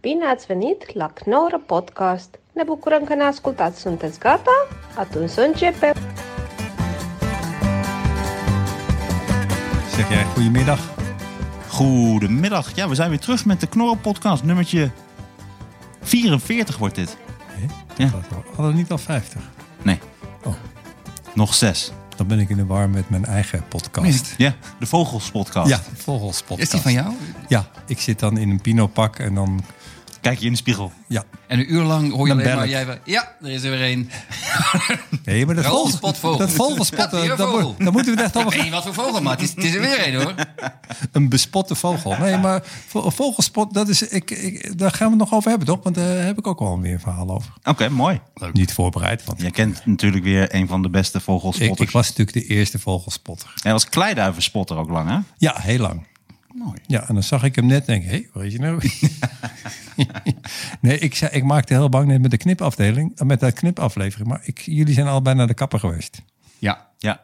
Bine ați venit la Knorr Podcast! Ne bucurăm că ne ascultați! Sunteți gata? Atunci să începem! Zeg jij goedemiddag? Goedemiddag. Ja, we zijn weer terug met de Knorren Podcast. Nummertje 44 wordt dit. Ja. Dat Hadden we niet al 50? Nee, Oh, nog 6. dan ben ik in de war met mijn eigen podcast. Ja, de Vogels Podcast. Ja, Vogels podcast. Is die van jou? Ja, ik zit dan in een pinopak en dan... Kijk je in de spiegel. Ja, En een uur lang hoor je Dan alleen bel maar ik. jij... wel- Ja, er is er weer een. nee, maar dat Raoul vogels- Spotvogel. Dat vogelspot, Ja, die eh, dat vogel. wordt- dan moeten we echt Ik allemaal... weet niet wat voor vogel, maar het is, het is er weer een hoor. Een bespotte vogel. Nee, maar vo- vogelspot, dat is, ik, ik, daar gaan we het nog over hebben, toch? Want eh, daar heb ik ook al weer een verhaal over. Oké, mooi. Niet voorbereid, want Jij kent natuurlijk weer een van de beste ik, ik vogelspotters. was natuurlijk de eerste vogelspotter. Hij was kleiduivenspotter ook lang, hè? Ja, heel lang. Mooi. Ja, en dan zag ik hem net en denk ik, hé, waar is je nou? nee, ik, zei, ik maakte heel bang net met de knipafdeling, eh, met de knipaflevering. Maar ik, jullie zijn allebei naar de kapper geweest. Ja. Ja.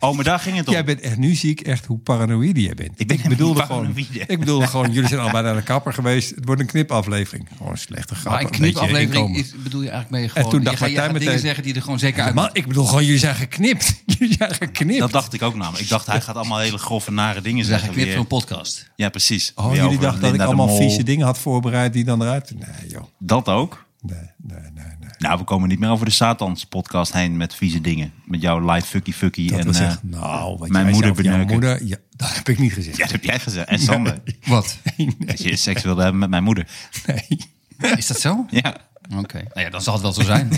Oh, maar daar ging het om. Jij bent echt, nu zie ik echt hoe paranoïde jij bent. ben helemaal bedoelde niet gewoon, paranoïde. ik bedoelde gewoon, jullie zijn allebei naar de kapper geweest. Het wordt een knipaflevering. Gewoon een slechte grap. Maar een beetje knipaflevering inkomen. is, bedoel je eigenlijk mee gewoon... toen dacht je gaat, je Martijn gaat dingen meteen- zeggen die er gewoon zeker uit... Maar ik bedoel gewoon, jullie zijn geknipt. Jullie zijn geknipt. Dat dacht ik ook namelijk. Ik dacht, hij gaat allemaal hele grove, nare dingen Zeg zeggen. ik knip weer. zo'n podcast. Ja, precies. oh, Weer jullie over dachten dat ik Linda de allemaal Mol. vieze dingen had voorbereid die dan eruit... Nee joh, Dat ook. nee, nee, nee. nee. Nou, we komen niet meer over de Satans podcast heen met vieze dingen. Met jouw live fucky fucky. Dat en, we eh, zeggen, nou, wat mijn jij moeder zei over jouw beneuken. moeder, ja, dat heb ik niet gezegd. Ja, dat heb jij gezegd. En Sander. Wat? Dat je seks wilde hebben met mijn moeder. Nee. Is dat zo? Ja, Oké. Nou ja, dan zal het wel zo zijn.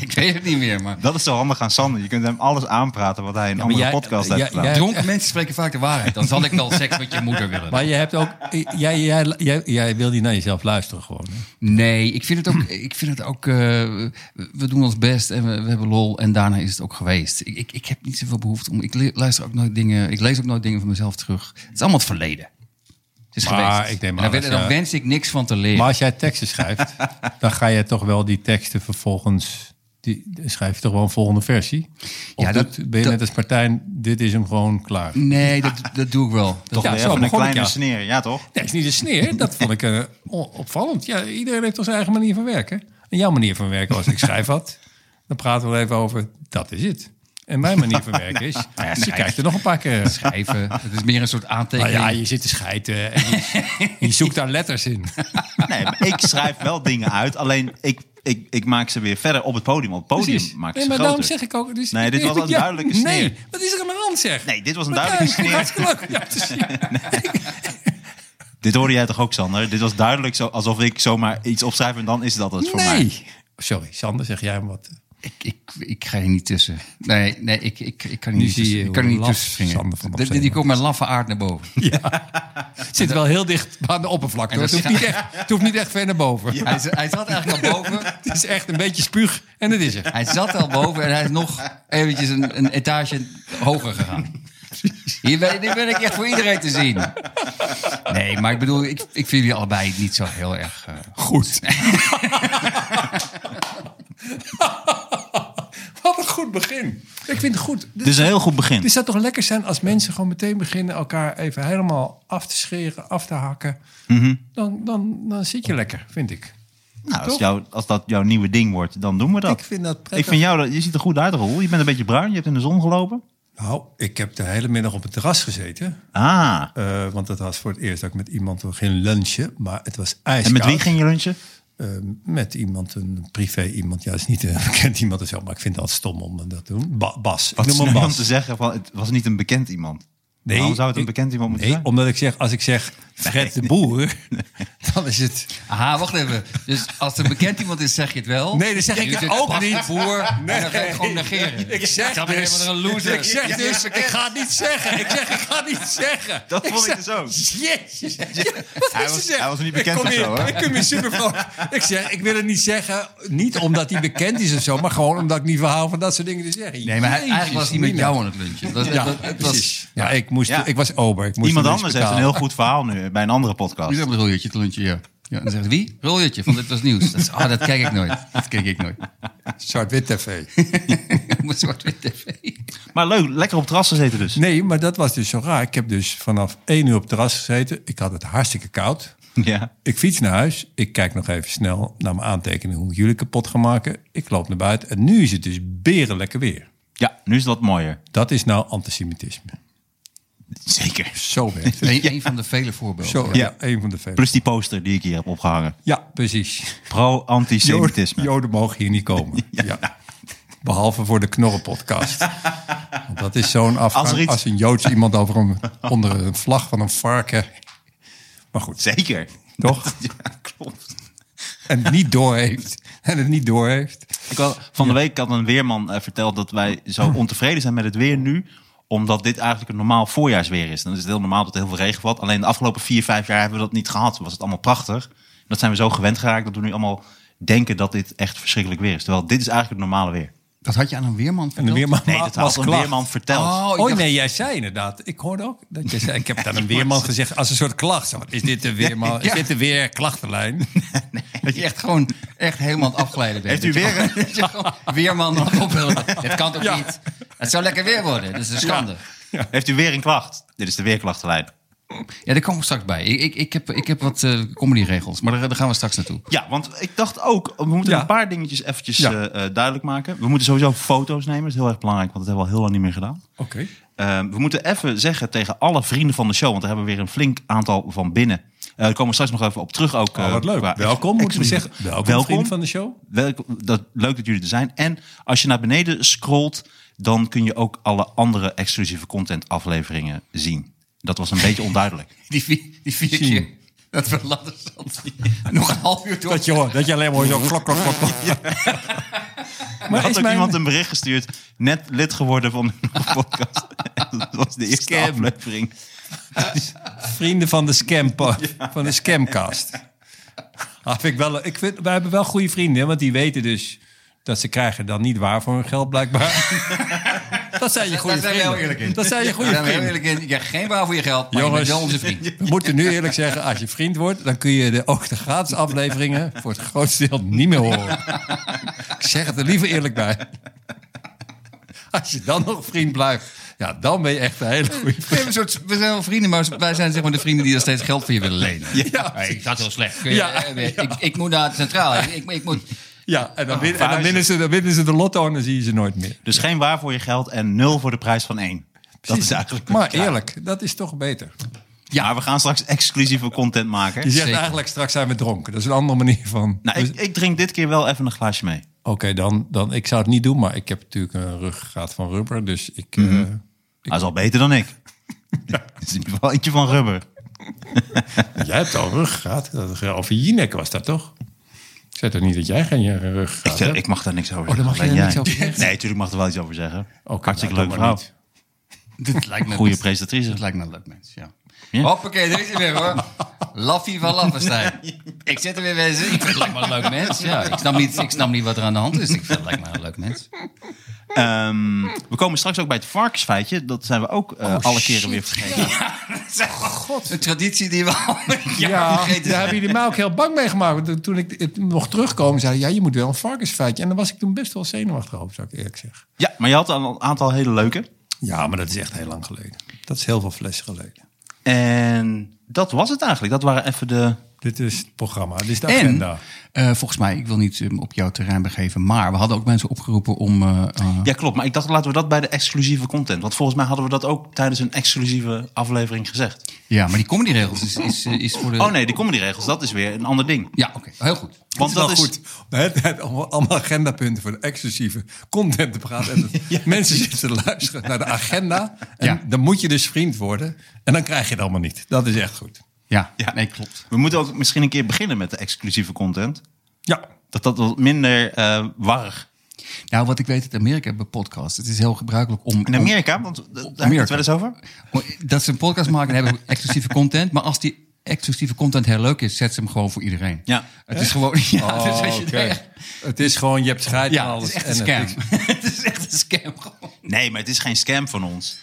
ik weet het niet meer, maar... dat is zo handig aan Sander. Je kunt hem alles aanpraten wat hij in een andere jij- podcast jij- heeft gedaan. jij- Dronken mensen spreken vaak de waarheid. Dan zal ik wel seks met je moeder willen. Maar je hebt ook, jij, jij, jij, jij wil niet naar jezelf luisteren gewoon. hè? Nee, ik vind het ook. Hmm. Ik vind het ook eh, we doen ons best en we, we hebben lol. En daarna is het ook geweest. Ik, ik, ik heb niet zoveel behoefte om. Ik le- luister ook nooit dingen. Ik lees ook nooit dingen van mezelf terug. Het is allemaal het verleden. Het is Maar geweest. ik neem en aan dan, dat dan je- wens ik niks van te leren. Maar als jij teksten schrijft, dan ga je toch wel die teksten vervolgens... Die, die schrijf je toch wel een volgende versie? Of Ja, dat- doet- ben je dat- net als Martijn, dit is hem gewoon klaar? Nee, dat, dat doe ik wel. Dat, toch ja, weer zo even een begon ik, kleine ja. sneer. Ja, toch? Dat is niet een sneer, dat vond ik eh, on- opvallend. Ja, iedereen heeft toch zijn eigen manier van werken. En jouw manier van werken, als ik schrijf had, dan praten we er even over, dat is het. En mijn manier van werken is, dus je kijkt er nog een paar keer... schrijven. Het is meer een soort Nou aantekening. ja, je zit te schijten en je, je zoekt daar letters in. Nee, maar ik schrijf wel dingen uit. Alleen ik, ik, ik maak ze weer verder op het podium. Op het podium Precies. maak ik nee, ze maar daarom groter. zeg ik ook... Dus, Nee, dit was een Ja, duidelijke sneer. Nee, wat is er aan de hand zeg? Nee, dit was een Wat duidelijke jij- sneer. Hartstikke leuk om jou te zien. Dit hoorde jij toch ook, Sander? Dit was duidelijk zo, alsof ik zomaar iets opschrijf en dan is dat het voor mij. Nee. Sorry, Sander, zeg jij hem wat. Ik, ik, ik ga er niet tussen. Nee, nee ik, ik, ik kan er Nu niet zie tussen. je Ik kan er hoe niet laf tussen springen. Sander van Die, Opzeeman die komt met laffe aard naar boven. Het zit wel heel dicht aan de oppervlakte. hoor. Het dat hoeft, niet echt, het hoeft niet echt ver naar boven. Hij, z- hij zat eigenlijk al boven. Het is echt een beetje spuug en dat is er. Hij zat al boven en hij is nog eventjes een, een etage hoger gegaan. Hier ben, hier ben ik echt voor iedereen te zien. Nee, maar ik bedoel, ik, ik vind jullie allebei niet zo heel erg... eh, Goed. wat een goed begin. Ik vind het goed. Dus een heel goed begin. Het zou toch lekker zijn als mensen gewoon meteen beginnen elkaar even helemaal af te scheren, af te hakken. Mhm. Dan, dan, dan zit je lekker, vind ik. Nou, als, toch? jou, als dat jouw nieuwe ding wordt, dan doen we dat. Ik vind dat prettig. Ik vind jou, dat- je ziet er goed uit, Roel. Je bent een beetje bruin, je hebt in de zon gelopen. Nou, ik heb de hele middag op het terras gezeten. Ah, eh, want dat was voor het eerst dat ik met iemand ging lunchen. Maar het was ijskoud. en met wie ging je lunchen? Eh, met iemand, een privé iemand. Ja, dat is niet een bekend iemand of zo. Maar ik vind het altijd stom om dat te doen. Ba- Bas. Wat ik is noem nou hem om Bas. te zeggen, van, het was niet een bekend iemand. Nee, Waarom zou het een ik- bekend iemand moeten Nee, zijn? omdat ik zeg, als ik zeg Fred de Boer, dan is het... Aha, wacht even. Dus als er bekend iemand is, zeg je het wel. Nee, dat zeg En ik je zegt, ook "Bas de niet." Boer, en dan ga je het gewoon negeren. Ik zeg Dan ben je dus, helemaal een loser. Ik zeg Ja, dus, ja, ik ga het niet zeggen. Ik zeg, ik ga het niet zeggen. Dat vond ik zeg- dus ook. Jezus. Ja, wat Hij is was- ze zeggen? hij was niet bekend ik kom of hier, zo, hè? Ik kom hier super vrolijk. Ik zeg, ik wil het niet zeggen. Niet omdat hij bekend is of zo. Maar gewoon omdat ik niet verhaal van dat soort dingen te zeggen. Nee, maar hij- Jezus, eigenlijk was hij met Mina. jou aan het lunchen. Het was, Ja, het was- het was- precies. Ja, ik, moest, Ja. ik was ober. Ik moest Iemand hem eens anders heeft een betalen. heel goed verhaal nu bij een andere Nu podcast. hebben we een rolletje te lunchen, ja. ja en dan zegt hij, wie? Rolletje, van dit was nieuws. Dat is, ah, dat kijk ik nooit. Dat kijk ik nooit. Zwart-wit tv. Op een zwart-wit tv. Maar leuk, lekker op het terras gezeten dus. Nee, maar dat was dus zo raar. Ik heb dus vanaf één uur op het terras gezeten. Ik had het hartstikke koud. Ja. Ik fiets naar huis. Ik kijk nog even snel naar mijn aantekeningen hoe ik jullie kapot ga maken. Ik loop naar buiten. En nu is het dus beren lekker weer. ja, nu is dat mooier. Dat is nou antisemitisme. Zeker. Zo werkt het. Eén een van de vele voorbeelden. Zo, Ja. ja, een van de vele. Plus die poster die ik hier heb opgehangen. Ja, precies. Pro-antisemitisme. Joden, Joden mogen hier niet komen. Ja. Behalve voor de knorrenpodcast. Want dat is zo'n afgang Als als, er iets- een Joods iemand over een, onder een vlag van een varken. Maar goed, Zeker. toch? Ja, klopt. En het niet door heeft. En het niet door heeft. Ik had, van de week had een weerman eh, verteld dat wij Oh. zo ontevreden zijn met het weer nu omdat dit eigenlijk een normaal voorjaarsweer is. Dan is het heel normaal dat er heel veel regen valt. Alleen de afgelopen vier, vijf jaar hebben we dat niet gehad. Was het allemaal prachtig. En dat zijn we zo gewend geraakt dat we nu allemaal denken dat dit echt verschrikkelijk weer is. Terwijl dit is eigenlijk het normale weer. Dat had je aan een weerman En de verteld? weerman Nee, dat was had een klaar. weerman verteld. Oh, ik Oh, dacht- nee, jij zei inderdaad. Ik hoorde ook dat jij zei. Ik heb het aan een weerman gezegd als een soort klacht. Zo, Is dit de weerman? Is Ja. dit de weerklachtenlijn? Dat je echt gewoon echt helemaal aan het afglijden bent. Heeft u Dat je gewoon- dat je gewoon weerman nog op wil. Dat kan toch Ja. niet? Het zou lekker weer worden. dus Dat is een schande. Heeft u weer een klacht? Dit is de weerklachtenlijn. Ja, daar komen we straks bij. Ik, ik, ik, heb, ik heb wat eh comedyregels, maar daar, daar gaan we straks naartoe. Ja, want ik dacht ook, we moeten Ja. een paar dingetjes eventjes Ja. eh, eh, duidelijk maken. We moeten sowieso foto's nemen. Dat is heel erg belangrijk, want dat hebben we al heel lang niet meer gedaan. Oké. Eh, we moeten even zeggen tegen alle vrienden van de show, want daar hebben we weer een flink aantal van binnen. Eh daar komen we straks nog even op terug ook. Oh, eh, wat leuk. qua- Welkom, moeten we zeggen. Welkom, Welkom. vrienden van de show. Welk- dat, leuk dat jullie er zijn. En als je naar beneden scrolt, dan kun je ook alle andere exclusieve content afleveringen zien. Dat was een beetje onduidelijk. Die vier, die vier keer dat we ladder zat. Nog een half uur door. Dat je, hoort- dat je alleen maar zo klok, klok, klok. klok. Maar Maar had is ook mijn- iemand een bericht gestuurd. Net lid geworden van de podcast. En dat was de eerste Scam. aflevering. Vrienden van de, scam, van de scamcast. Ah, vind ik wel, ik vind, wij hebben wel goede vrienden, hè, want die weten dus dat ze krijgen dan niet waar voor hun geld blijkbaar. dat zijn je goede Daar zijn vrienden. we heel eerlijk in. Dat zijn je goede Daar zijn we vrienden. heel eerlijk in. Je krijgt geen waar voor je geld, maar Jongens. je bent wel onze vriend. We moeten nu eerlijk zeggen, als je vriend wordt, dan kun je de, ook de gratis afleveringen voor het grootste deel niet meer horen. Ik zeg het er liever eerlijk bij. Als je dan nog vriend blijft, ja, dan ben je echt een hele goede We, hebben een soort, we zijn wel vrienden, maar wij zijn zeg maar de vrienden die er steeds geld voor je willen lenen. Ja. Hey, ik zat heel slecht. Kun je- Ja. eh, Ik, ik moet naar het centraal. Ik, ik, ik moet... Ja, en dan, Ah, win- en dan, vuist. winnen, ze, dan winnen ze de lotto en dan zie je ze nooit meer. Dus geen waar voor je geld en nul voor de prijs van één. Dat is eigenlijk... Maar eerlijk, dat is toch beter. Ja, maar we gaan straks exclusieve content Je maken. zegt Zeker. eigenlijk straks zijn we dronken. Dat is een andere manier van... Nou, Dus- ik, ik drink dit keer wel even een glaasje mee. Oké, dan, dan ik zou het niet doen, maar ik heb natuurlijk een ruggraat van rubber. Dus ik... eh, Mhm. Hij is al beter dan ik. Het is in ieder geval eentje van rubber. jij hebt al een ruggraat. Dat- Over je nek was dat toch? Ik zei toch niet dat jij geen eh, ruggraat Ik, hebt? ik mag daar niks over Oh, zeggen. dan mag je alleen daar niks jij. over zeggen? Nee, natuurlijk mag ik er wel iets over zeggen. Oké, Hartstikke nou, leuk doe maar vrouw. niet. Dit lijkt me Goede best- presentatrice. Dit lijkt me een leuk mens, ja. Ja. Hoppakee, daar is hij weer hoor. Laffie van Laffenstein. Ik zit er weer bezig. Ik vind het lijkt me een leuk mens. Ja, ik, snap niet, ik snap niet wat er aan de hand is. Ik vind het lijkt me een leuk mens. Ehm, we komen straks ook bij het varkensfeitje. Dat zijn we ook Oh, eh, alle keren weer vergeten. Een traditie die we al Ja, ja, daar hebben jullie mij ook heel bang mee gemaakt. Want Toen ik het mocht terugkomen, zei hij, ja, je moet wel een varkensfeitje. En dan was ik toen best wel zenuwachtig over, zou ik eerlijk zeggen. Ja, maar je had al een aantal hele leuke. Ja, maar dat is echt heel lang geleden. Dat is heel veel flessen geleden. En dat was het eigenlijk. Dat waren even de... Dit is het programma, dit is de En agenda. eh, volgens mij, ik wil niet eh, op jouw terrein begeven, maar we hadden ook mensen opgeroepen om. eh, eh, Ja, klopt. Maar ik dacht, laten we dat bij de exclusieve content. Want volgens mij hadden we dat ook tijdens een exclusieve aflevering gezegd. ja, maar die comedyregels is, is, eh, is voor de. Oh nee, de comedyregels, dat is weer een ander ding. Ja, oké, heel goed. Want dat wel is... goed. De hele tijd allemaal, allemaal agendapunten voor de exclusieve content te praten. En dat Mensen zitten te luisteren naar de agenda. En Ja. dan moet je dus vriend worden. En dan krijg je het allemaal niet. Dat is echt goed. Ja, Ja. nee, klopt. We moeten ook misschien een keer beginnen met de exclusieve content. Ja. Dat dat wat minder eh warrig. Nou, wat ik weet uit Amerika hebben podcasts. Het is heel gebruikelijk om. In om- Amerika, want d- daar hebben we het wel eens over. Dat ze een podcast maken en hebben exclusieve content. Maar als die exclusieve content heel leuk is, zet ze hem gewoon voor iedereen. Ja. Het is gewoon... Ja, Oh, dus als je oké. daar- Het is gewoon, je hebt scheid aan ja het alles. is echt een en scam. Het is echt een scam. gewoon. Nee, maar het is geen scam van ons.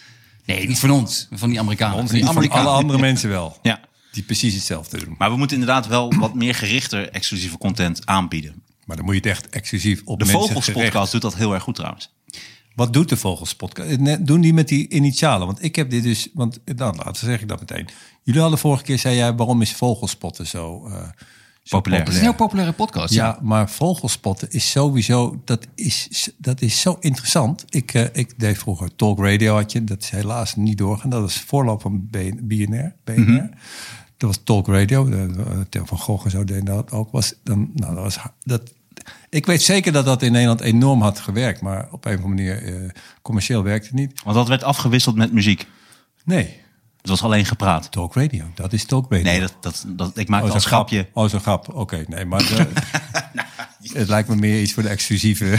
Nee, niet van ons. Van die Amerikanen. Ons van die niet, van Amerikanen. alle andere mensen wel. Ja. Die precies hetzelfde doen. Maar we moeten inderdaad wel wat meer gerichter exclusieve content aanbieden. Maar dan moet je het echt exclusief op De mensen Vogels gericht- podcast doet dat heel erg goed trouwens. Wat doet de Vogelspodcast? Ne- Doen die met die initialen? Want ik heb dit dus, want nou, laten zeg ik dat meteen. Jullie hadden vorige keer, zei jij, waarom is Vogelspotten zo, eh, zo Populair. Het nou is een heel populaire podcast. ja, maar vogelspotten is sowieso, dat is, dat is zo interessant. Ik, eh, ik deed vroeger Talk Radio had je, dat is helaas niet doorgaan. Dat is voorloop van BN- BNR. BNR. Dat was Talk Radio, de, de Theo van Gogh en zo deed dat ook. Was, dan, nou, dat was, ha- dat, ik weet zeker dat dat in Nederland enorm had gewerkt, maar op een of andere manier eh, commercieel werkte het niet. Want dat werd afgewisseld met muziek. Nee, Het was alleen gepraat. Talk Radio, dat is Talk Radio. Nee, dat, dat, dat, ik maak Oh, wel zo'n een grap. grapje. Oh, zo'n grap. Oké, nee, maar de- het lijkt me meer iets voor de exclusieve.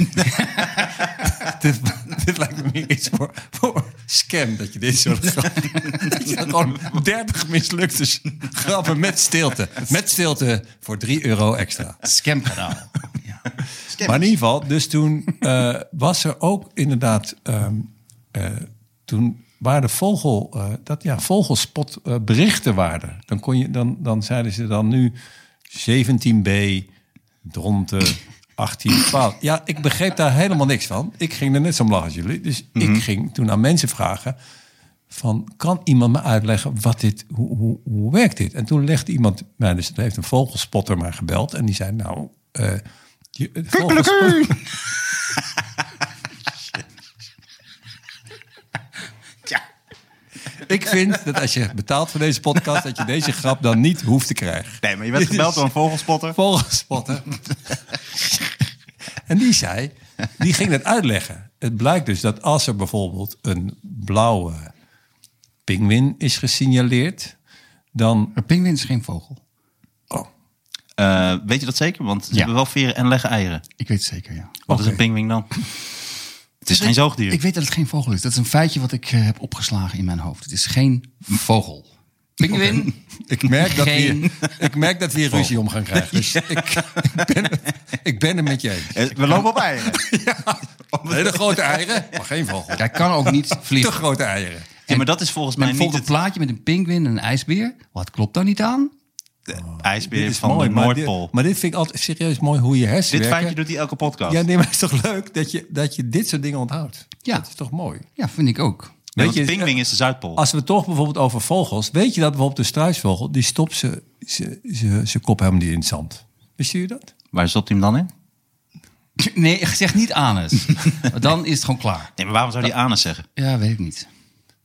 dit, dit lijkt me meer iets voor, voor scam dat je dit soort grappen. dat je dan gewoon 30 mislukte s- grappen met stilte. Met stilte voor 3 euro extra. Scam kanaal. ja. Maar in ieder geval, dus toen eh, was er ook inderdaad. ehm, eh, toen waren de vogel, eh, dat ja, vogelspot eh, berichten waren. er. Dan, kon je, dan, dan zeiden ze dan nu 17b, dronten, 18, 12. Ja, ik begreep daar helemaal niks van. Ik ging er net zo om lachen als jullie. Dus ik ging toen aan mensen vragen van kan iemand me uitleggen wat dit, hoe, hoe, hoe werkt dit? En toen legde iemand, nou, dus er heeft een vogelspotter maar gebeld en die zei nou, eh je, het vogelspot- ik vind dat als je betaalt voor deze podcast, dat je deze grap dan niet hoeft te krijgen. Nee, maar je werd gebeld door een vogelspotter. Vogelspotter. en die zei, die ging dat uitleggen. Het blijkt dus dat als er bijvoorbeeld een blauwe pinguïn is gesignaleerd, dan Een pinguïn is geen vogel. Oh, Eh, weet je dat zeker? Want ze Ja. hebben wel veren en leggen eieren. Ik weet het zeker, ja. Wat Oké. is een pinguïn dan? Het is geen zoogdier. Ik weet dat het geen vogel is. Dat is een feitje wat ik eh, heb opgeslagen in mijn hoofd. Het is geen vogel. Pinguïn? ik, merk dat we Geen- hier, ik merk dat we hier ruzie om gaan krijgen. Dus ik, ik, ben, ik ben het met je eens. Eh, We lopen op eieren. Hele grote eieren, maar geen vogel. Hij kan ook niet Te vliegen. grote eieren. Ja, maar dat is volgens mij Men niet volgt een het plaatje met een pinguïn en een ijsbeer. Wat klopt daar niet aan? ijsbeer Dit is van mooi, de maar dit- Maar Noordpool. dit, vind ik altijd serieus mooi hoe je hersenen Dit werken. feitje doet hij elke podcast. Ja, nee, maar het is toch leuk dat je, dat je dit soort dingen onthoudt? Ja. Dat is toch mooi? Ja, vind ik ook. Weet Nee, want je- pinguïn is de Zuidpool. Als we het toch bijvoorbeeld over vogels... Weet je dat bijvoorbeeld de struisvogel... die stopt zijn ze, ze, ze kop helemaal niet in het zand. Wist je dat? Waar stopt hij hem dan in? Nee, zeg niet anus. Dan is het gewoon klaar. Nee, maar waarom zou hij anus zeggen? Ja, weet ik niet.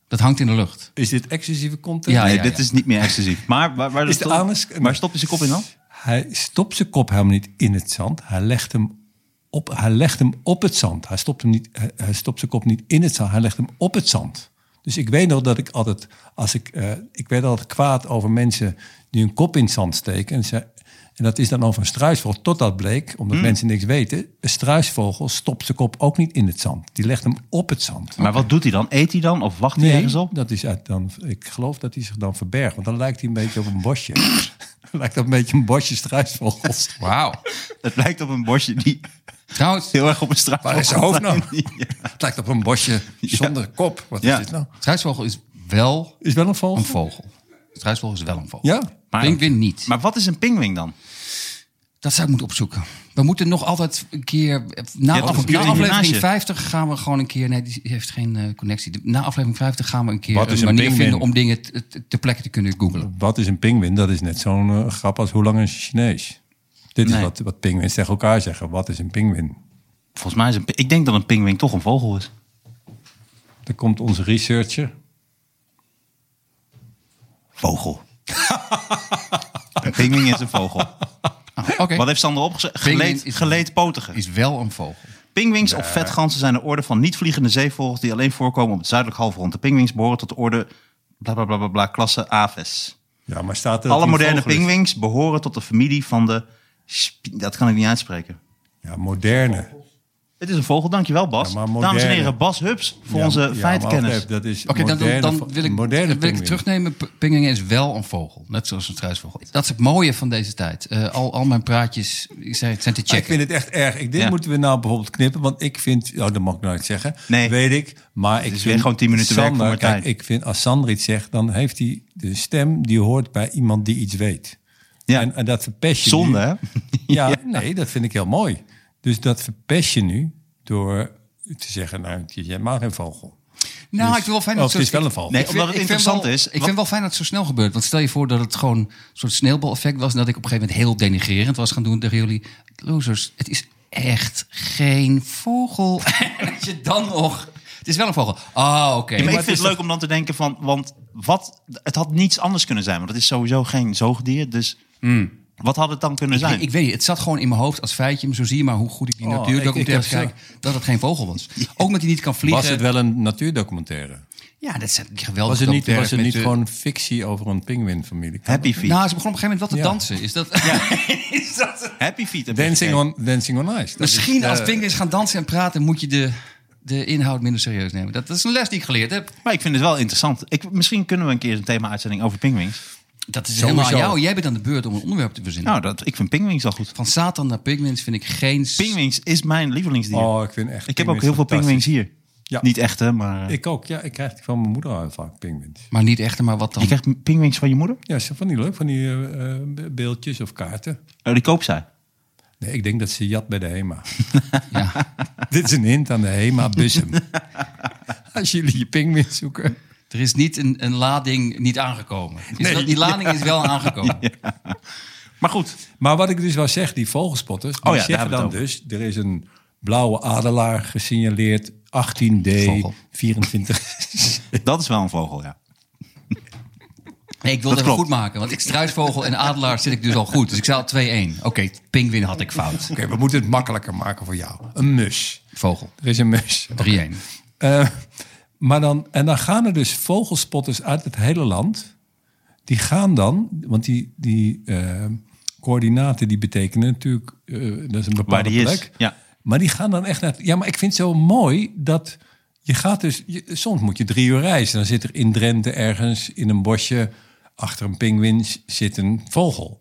Dat hangt in de lucht. Is dit exclusieve content? Ja, nee, ja, dit ja. is niet meer exclusief. Maar waar, waar, Ah, Is de stopt- anus- waar stopt hij zijn kop in dan? Hij stopt zijn kop helemaal niet in het zand. Hij legt hem op, hij legt hem op het zand. Hij stopt, hem niet, hij, hij stopt zijn kop niet in het zand. Hij legt hem op het zand. Dus ik weet nog dat ik altijd, als ik, eh, ik werd altijd kwaad over mensen die hun kop in het zand steken. En, ze, en dat is dan over een struisvogel. Totdat bleek, omdat Hmm. mensen niks weten, een struisvogel stopt zijn kop ook niet in het zand. Die legt hem op het zand. Maar wat doet hij dan? Eet hij dan? Of wacht hij ergens op? dat is uit dan, ik geloof dat hij zich dan verbergt, want dan lijkt hij een beetje op een bosje. lijkt op een beetje een bosje struisvogels. Wauw. Het lijkt op een bosje die Trouwens, heel erg op een straat Waar is zijn hoofd nou? Ja. Het lijkt op een bosje zonder kop. Wat Ja. is dit nou? struisvogel is wel Is wel een vogel? een vogel. Struisvogel is wel een vogel. Ja. Maar- Pinguïn niet. Maar wat is een pinguïn dan? Dat zou ik moeten opzoeken. We moeten nog altijd een keer... Na, hebt af- toch een na aflevering urinage? 50 gaan we gewoon een keer... Nee, die heeft geen eh, connectie. De- Na aflevering 50 gaan we een keer Wat is een een manier pinguïn? Oh. vinden... om dingen te- te- ter plekke te kunnen googlen. Wat is een pinguïn? Dat is net zo'n eh, grap als hoe lang is een Chinees? Dit is Nee. wat, wat pinguïns tegen elkaar zeggen. Wat is een pinguïn? Volgens mij is een, pin- ik denk dat een pinguïn toch een vogel is. Daar komt onze researcher. Vogel. een pinguïn is een vogel. Ah, Oké. Wat heeft Sander opgezegd? Pinguïn Geleed, is- geleed potigen. Is wel een vogel. Pinguïns of vetganzen zijn een orde van niet-vliegende zeevogels... die alleen voorkomen op het zuidelijk halfrond. De pinguïns behoren tot de orde bla bla bla bla, bla klasse Aves. Ja, maar staat er... dat Alle hij een moderne vogel is? pinguïns behoren tot de familie van de... spi- Dat kan ik niet uitspreken. Ja, moderne. Het is een vogel, dankjewel Bas. Ja, maar Dames en moderne. heren, Bas Hups voor Ja, onze ja, maar feitenkennis. wacht even, dat is Oké, dan- moderne, dan, dan wil ik, moderne wil ik het pinguïn. terugnemen. P- Pinguïn is wel een vogel, net zoals een struisvogel. Dat is het mooie van deze tijd. Eh, al, al mijn praatjes ik zei, het zijn te Ah, Ik checken. vind het echt erg. Ik, dit Ja. moeten we nou bijvoorbeeld knippen. Want ik vind... Oh, dat mag ik nooit zeggen. Nee. Weet ik. Maar ik is vind weer gewoon 10 minuten werk Sander, voor Martijn. Kijk, ik vind als Sander iets zegt... dan heeft hij de stem die hoort bij iemand die iets weet. Ja. En, en dat verpest je Zonde, nu. hè? Ja, nee, dat vind ik heel mooi. Dus dat verpest je nu door te zeggen, nou, je bent maar geen vogel. Nou, Dus- ik vind wel fijn Oh, dat het is wel een val. Nee, Ik vind- omdat het ik vind wel- interessant is, Ik wat- vind wel fijn dat het zo snel gebeurt. Want stel je voor dat het gewoon een soort sneeuwbaleffect was. En dat ik op een gegeven moment heel denigrerend was gaan doen tegen jullie. Losers, het is echt geen vogel. en als je dan nog... Het is wel een vogel. Ah, oké. Ja, maar Maar ik vind het leuk om dan te denken van, want wat, het had niets anders kunnen zijn. Want het is sowieso geen zoogdier, dus Hmm. wat had het dan kunnen ik, zijn? ik weet het, het zat gewoon in mijn hoofd als feitje. Maar zo zie je maar hoe goed ik die Oh, ik- natuurdocumentaires ik heb zo- kijk. Dat het geen vogel was. Ook omdat hij niet kan vliegen. Was het wel een natuurdocumentaire? Ja, dat zijn die geweldige Was het niet, was documentaires het met, niet eh, gewoon fictie over een pinguïnfamilie? Happy Feet. Nou, ze begon op een gegeven moment wat te Ja. dansen. Is dat... is dat... Happy Feet. heb ik Dancing gekeken. on, dancing on Ice. Dat Misschien is, eh, als pinguïns gaan dansen en praten, moet je de, de inhoud minder serieus nemen. Dat, dat is een les die ik geleerd heb. Maar ik vind het wel interessant. Ik, misschien kunnen we een keer een thema-uitzending over pinguïns. Dat is Sowieso. helemaal aan jou. Jij bent aan de beurt om een onderwerp te verzinnen. Nou, dat, ik vind pinguïns al goed. Van Satan naar pinguïns vind ik geen... s- Pinguïns is mijn lievelingsdier. Oh, ik vind echt ik heb ook pinguïns heel veel fantastisch. pinguïns hier. Ja. Niet echt, hè, maar... eh, Ik ook, ja. Ik krijg die van mijn moeder al vaak pinguïns. Maar niet echter, maar wat je dan? krijgt pinguïns van je moeder? Ja, ze van die leuk, van die eh, eh, be- beeldjes of kaarten. Oh, die koopt zij. Nee, ik denk dat ze jat bij de HEMA. Ja. Dit is een hint aan de HEMA Bussum. als jullie je pinguïn zoeken. Er is niet een, een lading niet aangekomen. Is dat, die lading is wel aangekomen. Maar goed, Maar wat ik dus wel zeg, die vogelspotters, die Oh ja, daar zeggen hebben we dan het dus... er is een blauwe adelaar gesignaleerd, 18D, Vogel. 24... dat is wel een vogel, ja. Nee, ik Dat wil het even klopt. goed maken, want ik struisvogel en adelaar zit ik dus al goed. Dus ik zei al 2-1. Oké, pinguïn had ik fout. Oké, we moeten het makkelijker maken voor jou. Een mus. Vogel. Er is een mus. 3-1. Eh, maar dan, en dan gaan er dus vogelspotters uit het hele land. Die gaan dan, want die, die eh, coördinaten die betekenen natuurlijk, eh, dat is een bepaalde Waar die is, plek. ja. Maar die gaan dan echt naar. Ja, maar ik vind het zo mooi dat je gaat dus. je- soms moet je drie uur reizen. Dan zit er in Drenthe ergens in een bosje achter een pinguïn s- zit een vogel.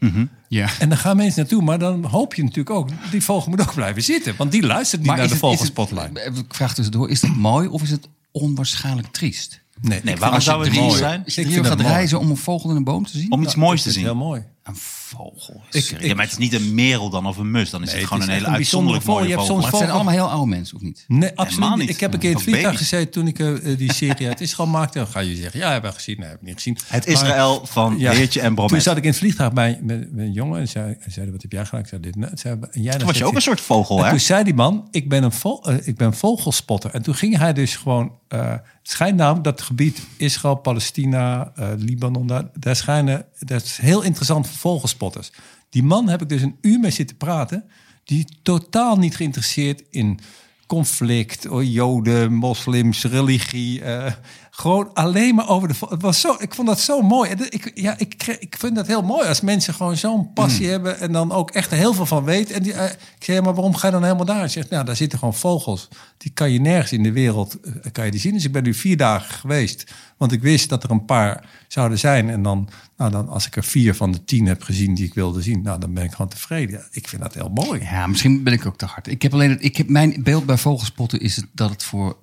Ja. En dan gaan mensen naartoe, maar dan hoop je natuurlijk ook die vogel moet ook blijven zitten, want die luistert niet naar is de het- is het- eh, vogelspotlight. Ik vraag tussendoor, is dat mooi of is het onwaarschijnlijk triest? Nee, Nee, ik waarom vind- zou het drie mooi uur- zijn? Ik Als je drie vind uur dat gaat mooi. reizen om een vogel in een boom te zien? Om iets Ja, moois ik te vind zien. het Heel mooi. Een vogel. ja, maar het is niet een merel dan of een mus. Dan is het gewoon het een is echt hele een bijzondere uitzonderlijk mooie vogel. Je hebt vogel. soms Maar het zijn allemaal heel oude mensen, of niet? Nee, absoluut niet. niet. Ik heb een keer in het Van vliegtuig baby's. gezeten toen ik eh, die serie uit Israël maakte. Dan ga je zeggen, ja, hebben we gezien? Nee, heb ik niet gezien. Het Maar- Israël van Heertje en Bromet. Toen zat ik in het vliegtuig bij, met, met een jongen en zei, hij zei, wat heb jij gedaan? Ik zei, dit. nou." Zei, en jij Toen was je ook een soort vogel, En hè? toen zei die man, ik ben, een vo- eh, ik ben vogelspotter. En toen ging hij dus gewoon... eh, het schijnt namelijk dat gebied Israël, Palestina, eh, Libanon... Daar, daar schijnen, dat is heel interessant voor vogelspotters. Die man heb ik dus een uur mee zitten praten... die totaal niet geïnteresseerd in conflict, oh, joden, moslims, religie. eh, gewoon alleen maar over de... vo- Het was zo, ik vond dat zo mooi. En dat- Ik, ja, ik, kre- ik vind dat heel mooi als mensen gewoon zo'n passie hebben... en dan ook echt er heel veel van weten. En die, eh, ik zeg, maar waarom ga je dan helemaal daar? Hij zegt, nou, daar zitten gewoon vogels. Die kan je nergens in de wereld eh, kan je die zien. Dus ik ben nu vier dagen geweest. Want ik wist dat er een paar zouden zijn. En dan, nou, dan als ik er vier van de tien heb gezien die ik wilde zien... nou, dan ben ik gewoon tevreden. Ja, ik vind dat heel mooi. Ja, misschien ben ik ook te hard. Ik heb alleen, het- ik heb, mijn beeld bij vogelspotten is het dat het voor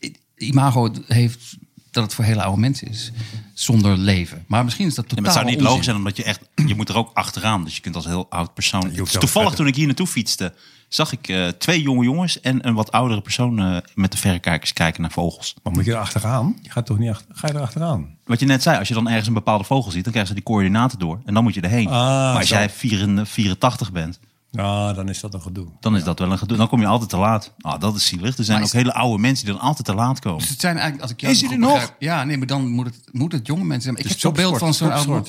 eh, imago het heeft dat het voor hele oude mensen is, zonder leven. Maar misschien is dat Nee, totaal. maar het zou niet onzin. logisch zijn, omdat je echt... Je moet er ook achteraan, dus je kunt als heel oud persoon... hoeft Dus ook toevallig verder. toen ik hier naartoe fietste, zag ik eh, twee jonge jongens... en een wat oudere persoon eh, met de verrekijkers kijken naar vogels. Maar moet je er achteraan? Je gaat toch niet achter, ga je er achteraan? Wat je net zei, als je dan ergens een bepaalde vogel ziet... dan krijgen ze die coördinaten door en dan moet je erheen. maar als Ah, zo. jij 84 84 bent, Nou, dan is dat een gedoe. dan is dat wel een gedoe. Dan kom je altijd te laat. Ah, dat is zielig. Er zijn Maar ook is- hele oude mensen die dan altijd te laat komen. Dus het zijn eigenlijk, als ik jou Is hij goed er nog? begrijp- Ja, nee, maar dan moet het, moet het jonge mensen zijn. Ik heb zo'n beeld van zo'n oude. man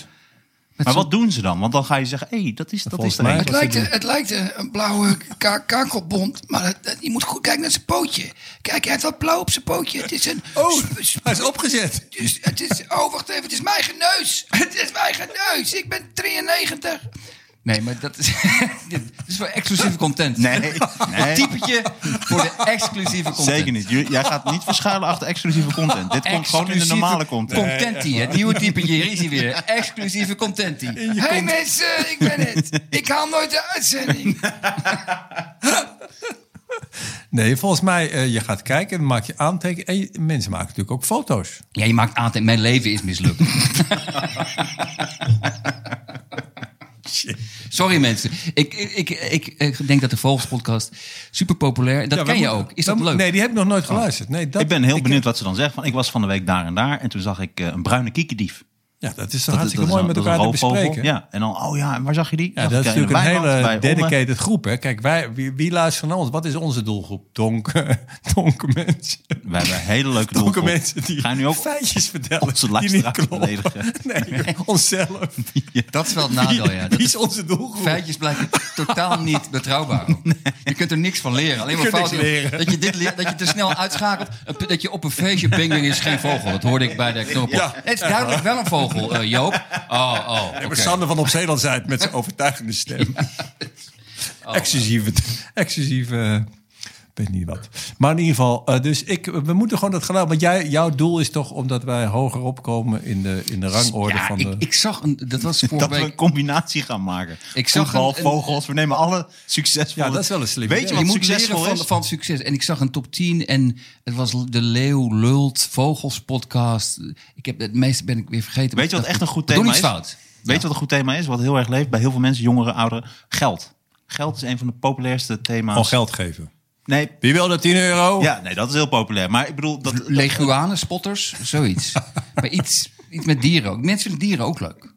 met Maar zo'n- wat doen ze dan? Want dan ga je zeggen, hé, dat is, dat Volgens is er mij- een. Het lijkt, een- het lijkt eh, een, een blauwe ka- kakelbond, maar het- het- je moet goed kijken naar zijn pootje. Kijk, hij heeft wat blauw op zijn pootje. Het is een... sp- sp- hij is opgezet. Dus het is, oh, wacht even, het is mijn geneus. Het is mijn geneus. Ik ben 93. Nee, maar dat is, dit is voor exclusieve content. Nee, Een nee. typetje voor de exclusieve content. Zeker niet. Jullie- Jij gaat niet verschuilen achter exclusieve content. Dit komt gewoon in de Exclusieve normale content. Contentie, het nieuwe typetje. Hier is hij weer. Exclusieve contentie. Hey mensen, ik ben het. Ik haal nooit de uitzending. Nee, volgens mij, eh, je gaat kijken, dan maak je aantekeningen. En je- mensen maken natuurlijk ook foto's. Ja, je maakt aan mijn leven is mislukt. Sorry mensen. Ik, ik, ik, ik, ik denk dat de Vogelspodcast super populair Dat Ja, ken we je moeten- ook. Is we dat moeten- leuk? Oh. Nee, die heb ik nog nooit geluisterd. Nee, dat, ik ben heel benieuwd wat ze dan zegt. Van, ik was van de week daar en daar en toen zag ik eh, een bruine kiekendief. Ja, dat is toch Dat- hartstikke dat mooi is met een- dat elkaar is te een roofvogel. bespreken. Ja, en dan, oh ja, en waar zag je die? Ja, Zag dat is ik in oh, de natuurlijk een weiland hele bij Omme. dedicated groep. Hè. Kijk, wij, wie, wie luistert van ons? Wat is onze doelgroep? Donker, donker mensen. We hebben een hele leuke Donker doelgroep. mensen die Ga je nu ook feitjes vertellen onze die niet luisteraars kloppen. Nee, onszelf. Dat is Ah, wel het nadeel, ja. Wie Dat is onze doelgroep? Feitjes blijken totaal niet betrouwbaar. ook. Je kunt er niks van leren. Alleen maar kunt niks fouten. leren. Dat je dit leert, dat je te snel uitschakelt. Een p- Dat je op een feestje bing is geen vogel. Dat hoorde ik bij de knoppel. Ja. Het is duidelijk wel een vogel, eh, Joop. Oh, oh. Nee, maar oké. Sander van op Zeeland zei het met zijn overtuigende stem. excessieve, excessieve, eh, weet niet wat. Maar in ieder geval, eh, dus ik, we moeten gewoon dat geluid. Want jij, jouw doel is toch omdat wij hoger opkomen in de, in de rangorde Ja, van de. ik, ik zag een. Dat was vorige dat we een week. combinatie gaan maken. Ik zag Voetbal, een- een- vogels, we nemen alle succesvolle... Ja, dat is wel een slim Weet je idee. wat je moet leren succesvol van, is? van succes. En ik zag een top 10 en het was de Leeuw Lult Vogels podcast. Ik heb het meeste ben ik weer vergeten. Weet je wat Ik echt dacht, een goed we thema doen is? iets fout. Weet je wat een goed thema is? Wat heel erg leeft bij heel veel mensen, jongeren, ouderen. Geld. Geld is een van de populairste thema's. Al Oh, geld geven. Nee, Wie wil dat 10 euro? ja, nee, dat is heel populair. Maar ik bedoel, dat, Leguanen, spotters, zoiets. maar iets, iets met dieren ook. Mensen vinden dieren ook leuk.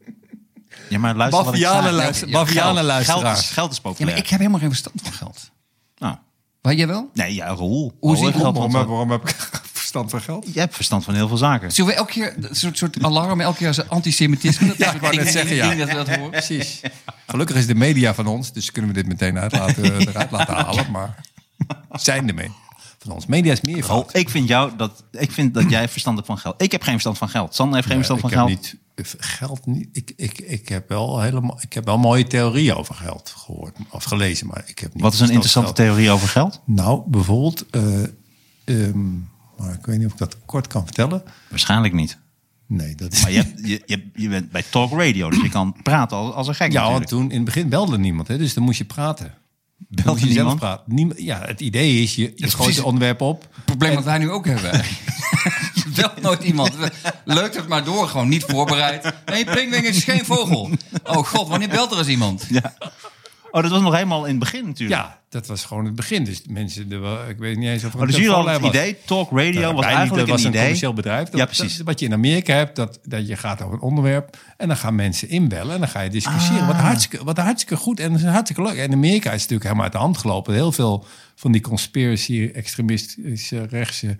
ja, maar luister wat ik zei. Bavianen zei. luister- Ja, geld. Bavianen Geld, geld, luisteraars. is, geld is Ja, populair. maar ik heb helemaal geen verstand van geld. Nou, Waar jij wel? nee, ja, Roel. Hoe zie Roel heeft je- geld Waarom, want- waarom heb ik verstand van geld? Jij hebt verstand van heel veel zaken. Zullen we elke keer een soort, soort alarm, elke keer als een antisemitisme? Dat is ik wou één net zeggen, ding ja. Dat we dat horen. Precies. Gelukkig is de media van ons, dus kunnen we dit meteen uit laten, eruit laten halen. Maar zijn ermee. Van ons. Media is meer Oh, fout. ik vind jou dat ik vind dat jij verstand hebt van geld. Ik heb geen verstand van geld. Sander heeft geen verstand van Eh, ik heb geld. niet geld niet. Ik, ik, ik heb wel helemaal. Ik heb wel mooie theorieën over geld gehoord of gelezen, maar ik heb niet. Wat is een verstand van interessante theorie over geld? geld. Nou, bijvoorbeeld, eh, ehm, maar ik weet niet of ik dat kort kan vertellen. Waarschijnlijk niet. Nee, dat Maar je, hebt- je, je, je bent bij talk radio, dus je kan praten als, als een gek. Ja, want natuurlijk. toen in het begin belde niemand, hè, dus dan moest je praten. Dan moest je niemand? zelf praten. Niemand- ja, het idee is je, je is gooit precies- het onderwerp op. Het probleem wat wij nu ook hebben. Je belt nooit iemand. Leuk het maar door, gewoon niet voorbereid. Nee, Pingwing is geen vogel. Oh god, wanneer belt er eens iemand? Oh, dat was nog helemaal in het begin natuurlijk. Ja, dat was gewoon het begin. Dus de mensen, de, wel- ik weet niet eens of er Maar een dus jullie hadden telefoonlijn het was. idee, talk radio Nou, was wij niet, eigenlijk dat was een een idee. commercieel bedrijf. Dat- ja, precies. dat- wat je in Amerika hebt, dat, dat je gaat over een onderwerp en dan gaan mensen inbellen en dan ga je discussiëren. Wat, hartstikke, wat hartstikke goed en dat is hartstikke leuk. En in Amerika is het natuurlijk helemaal uit de hand gelopen. Heel veel van die conspiracy, extremistische, rechtse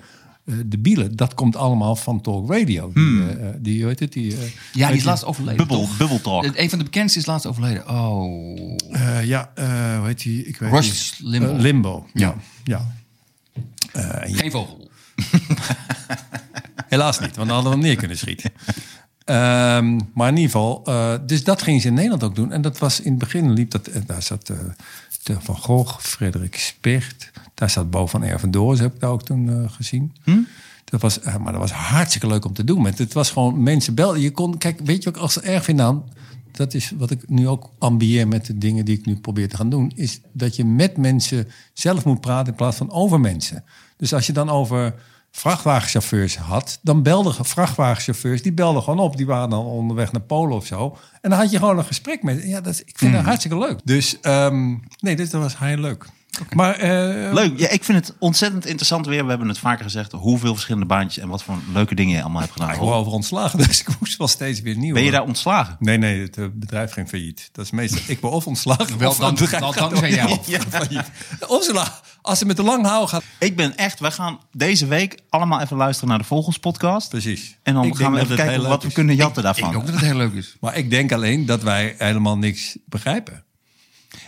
eh, debielen, dat komt allemaal van talk radio. Die, eh, die, hoe heet het, die, eh, Ja, die weet is je- laatst overleden. Bubbel, toch? Eh, bubbel talk. Een van de bekendste is laatst overleden. Oh. Eh, ja, eh, hoe heet die? Ik weet Rush niet. Limbaugh. Eh, Limbo. Ja. Ja. ja. Eh, Geen vogel. Helaas niet, want dan hadden we hem neer kunnen schieten. Ehm, maar in ieder geval, eh, dus dat gingen ze in Nederland ook doen. En dat was in het begin, liep dat, eh, daar zat eh, Theo Van Gogh, Frederik Spicht. Daar zat Bo van Ervendoors, heb ik daar ook toen eh, gezien. Dat was, eh, maar dat was hartstikke leuk om te doen. Want het was gewoon, mensen belden. Je kon, kijk, weet je wat ik als erg vind aan? Dat is wat ik nu ook ambieer met de dingen die ik nu probeer te gaan doen. Is dat je met mensen zelf moet praten in plaats van over mensen. Dus als je dan over vrachtwagenchauffeurs had, dan belden ge- vrachtwagenchauffeurs, die belden gewoon op. Die waren dan onderweg naar Polen of zo. En dan had je gewoon een gesprek met. Ja, dat, is- ik vind dat hartstikke leuk. Dus ehm, nee, dit was heel leuk. Maar eh, Leuk. Ja, ik vind het ontzettend interessant weer. We hebben het vaker gezegd. Hoeveel verschillende baantjes en wat voor leuke dingen je allemaal hebt ik word gedaan. over ontslagen, dus ik moest wel steeds weer nieuw. Ben je hoor. daar ontslagen? Nee, nee, het eh, bedrijf ging failliet. Dat is meestal. Ik ben of ontslagen Wel of dan- het bedrijf wel gaat dankzij jou. failliet. Ja, failliet. Of ze la- als ze met de lang houden gaat. Ik ben echt, wij gaan deze week allemaal even luisteren naar de Vogels podcast. Precies. En dan Ik denk dat gaan we even het heel kijken leuk wat we is. kunnen jatten daarvan. Ik ook dat het heel leuk is. Maar ik denk alleen dat wij helemaal niks begrijpen.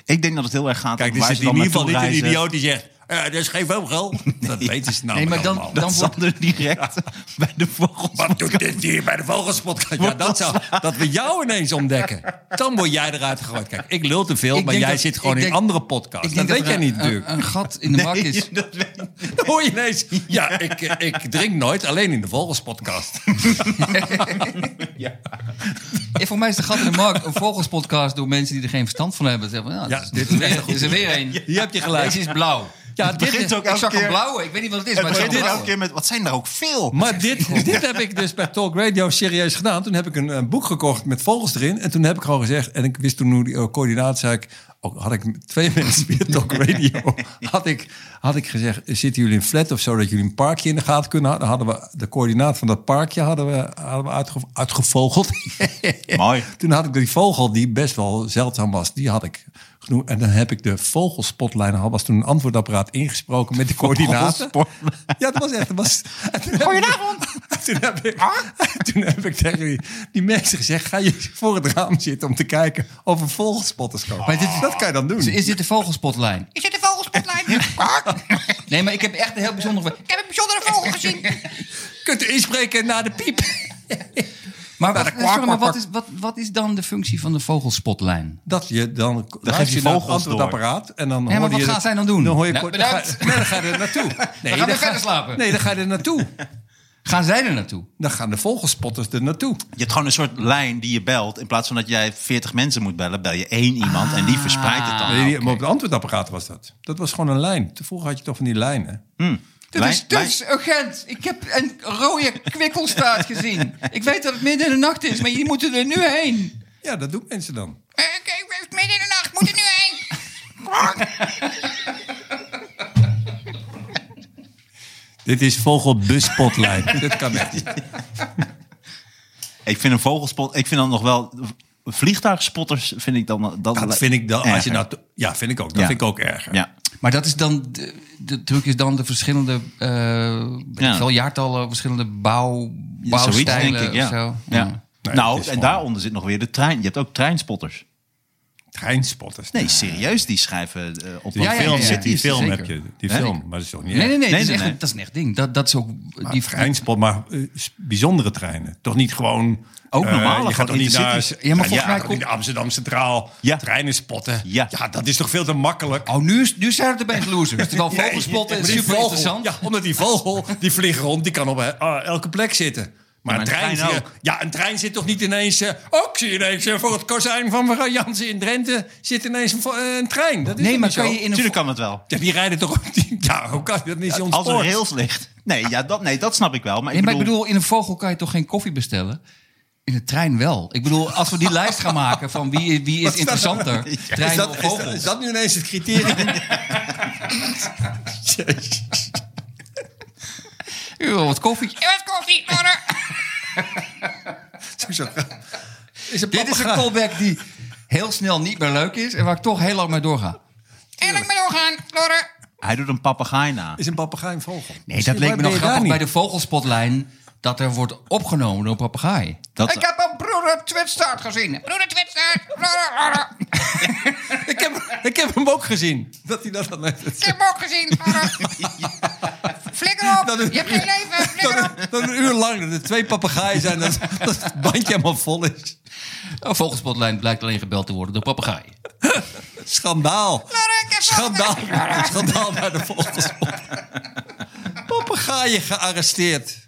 Ik denk dat het heel erg gaat Kijk, om er waar zit ze in dan ieder geval niet een naartoe reizen. idioot die zegt... eh, dat is geen vogel. Dat weten ze Nee, namelijk maar dan- allemaal. dan- Dat Sander direct bij de vogels. Wat doet dit hier bij de vogelspodcast? Ja, dat, zou, dat we jou ineens ontdekken. Dan word jij eruit gegooid. Kijk, ik lul te veel, Ik maar denk jij dat- zit gewoon ik in denk- andere podcasts. Dat weet er jij een- niet een- natuurlijk. Een, gat in de markt is. dat weet ik. Dan hoor je ineens... Ja, ik, eh, ik drink nooit, alleen in de vogelspodcast. Ja, voor mij is de gat in de markt een vogelspodcast door mensen die er geen verstand van hebben. Zeggen van, nou, Ja, dit dit is is weer, echt een goed is er weer een. Hier heb je gelijk. Deze is blauw. Ja, dit begint is- ook ik elke zag een keer- blauwe. Ik weet niet wat het is, Het begint hier nou? elke keer met, wat zijn er ook veel? Maar dit, dit heb ik dus bij Talk Radio serieus gedaan. Toen heb ik een, eh, boek gekocht met vogels erin. En toen heb ik gewoon gezegd, en ik wist toen hoe die eh, coördinaat zei ik, ook had ik twee mensen bij Talk Radio. Had ik, had ik gezegd, zitten jullie in een flat of zo, dat jullie een parkje in de gaten kunnen houden? Dan hadden we de coördinaat van dat parkje hadden we, hadden we uitge- uitgevogeld. Mooi. Toen had ik die vogel, die best wel zeldzaam was, die had ik genoemd. En dan heb ik de vogelspotline, al was toen een antwoordapparaat ingesproken met de coördinaten. Ja, dat was echt. Dat was, en toen heb ik- en Toen heb ik, en toen heb ik tegen die, die mensen gezegd, ga je voor het raam zitten om te kijken of er vogelspotters komen. Maar dit, dat kan je dan doen. Is dit de vogspotlijn? Is dit de vogelspotlijn? nee, maar ik heb echt een heel bijzondere... Ik heb een bijzondere vogel gezien. kunt u inspreken na de piep. Maar, wat, de kwak, sorry, maar kwak, wat, is, wat, wat is dan de functie van de vogspotlijn? Dat je dan, dan geef je je naar het vogels door. antwoordapparaat en dan maar hoor wat je gaan dat- zij dan doen? Dan hoor je Nou, dan ga, bedankt. nee, dan ga je er naartoe. Nee, weer dan verder slapen. Nee, dan ga je er naartoe. Gaan zij er naartoe? Dan gaan de vogelspotters er naartoe. Je hebt gewoon een soort lijn die je belt. In plaats van dat jij 40 mensen moet bellen, bel je één iemand en die verspreidt het Ah, dan. Nee, die- Maar op het antwoordapparaat was dat. Dat was gewoon een lijn. Vroeger had je toch van die lijnen. Dit Lijn- is dus urgent. Ik heb een rode kwikkelstaart gezien. Ik weet dat het midden in de nacht is, maar jullie moeten er nu heen. Ja, dat doen mensen dan. Eh, Oké, ik ben midden in de nacht, moet er nu heen. Dit is vogelbusspotlijn. Dit kan echt. Ik vind een vogelspot. Ik vind dan nog wel vliegtuigspotters. Vind ik dan dat, Dat vind ik dan, als je erger. nou, to- ja, vind ik ook. Dat Ja. vind ik ook erger. Ja. Maar dat is dan, de, de truc is dan de verschillende, eh Ja. veel jaartallen, verschillende bouw, Zoiets bouwstijlen denk ik, ja. of zo. Ja. Nee, nou, het en is gewoon- daaronder zit nog weer de trein. Je hebt ook treinspotters. Treinspotters. Nee, serieus, die schrijven eh, op Die Ja, ja, film, ja, ja. zit- die Is er film zeker. heb je. Die Nee. film. Maar dat is toch niet Nee, erg? nee, nee, dat, is nee, echt, nee. dat is een echt ding. Dat, dat is ook die Treinspot, maar eh, s- bijzondere treinen. Toch niet gewoon... Ook eh, normale, je gewoon gaat toch niet naar... intercities. Ja, maar volgens mij toch komt- niet naar Amsterdam Centraal Ja. treinen spotten. Ja. dat is toch veel te makkelijk? Oh, nu, is- nu zijn het opeens losers. Terwijl Nee, vogelspotten maar is die super vogel- interessant. Ja, omdat die vogel, die vliegt rond, die kan op eh, elke plek zitten. Maar, Ja, een, maar trein een zie je- trein ook. ja, een trein zit toch niet ineens... eh, ook zie je ineens eh, voor het kozijn van mevrouw Jansen in Drenthe... zit ineens een, vo- eh, een trein. Dat is Nee, toch maar niet zo? kan je in een... Natuurlijk kan het wel. Ja, die rijden toch... Die, ja, hoe kan dat niet zo'n Als er sport? rails ligt. Nee, ja, dat, nee, dat snap ik wel. Maar ik Nee, maar ik bedoel, bedoel, in een vogel kan je toch geen koffie bestellen? In de trein wel. Ik bedoel, als we die lijst gaan maken van wie, wie is interessanter, trein Is of dat, is, vogel. dat, is dat nu ineens het criterium? Jezus. U wil wat koffie? Ik wil wat koffie, order. Zo, zo. Is een Dit is een papegaai. callback die heel snel niet meer leuk is en waar ik toch heel lang mee doorga. En ik mee doorgaan, order. hij doet een papegaai na. Is een papegaai een vogel? Nee, dat leek me nog nog grappig bij de vogelspotlijn dat er wordt opgenomen door een papegaai. Dat- Ik heb een broeder Twitstaart gezien. Broeder Twitstaart, order, order. Ik heb, ik heb hem ook gezien. Dat hij dat dan Ik heb hem ook gezien. vader. Flikker op. Dat is- Je hebt geen leven. Flikker op. Dat een uur lang dat er twee papegaaien zijn dat, dat het bandje helemaal vol is. Een vogelspotlijn Nou, blijkt alleen gebeld te worden door papegaai. Schandaal. Vader, ik heb Schandaal. Schandaal naar de vogelspot. Papegaaien gearresteerd.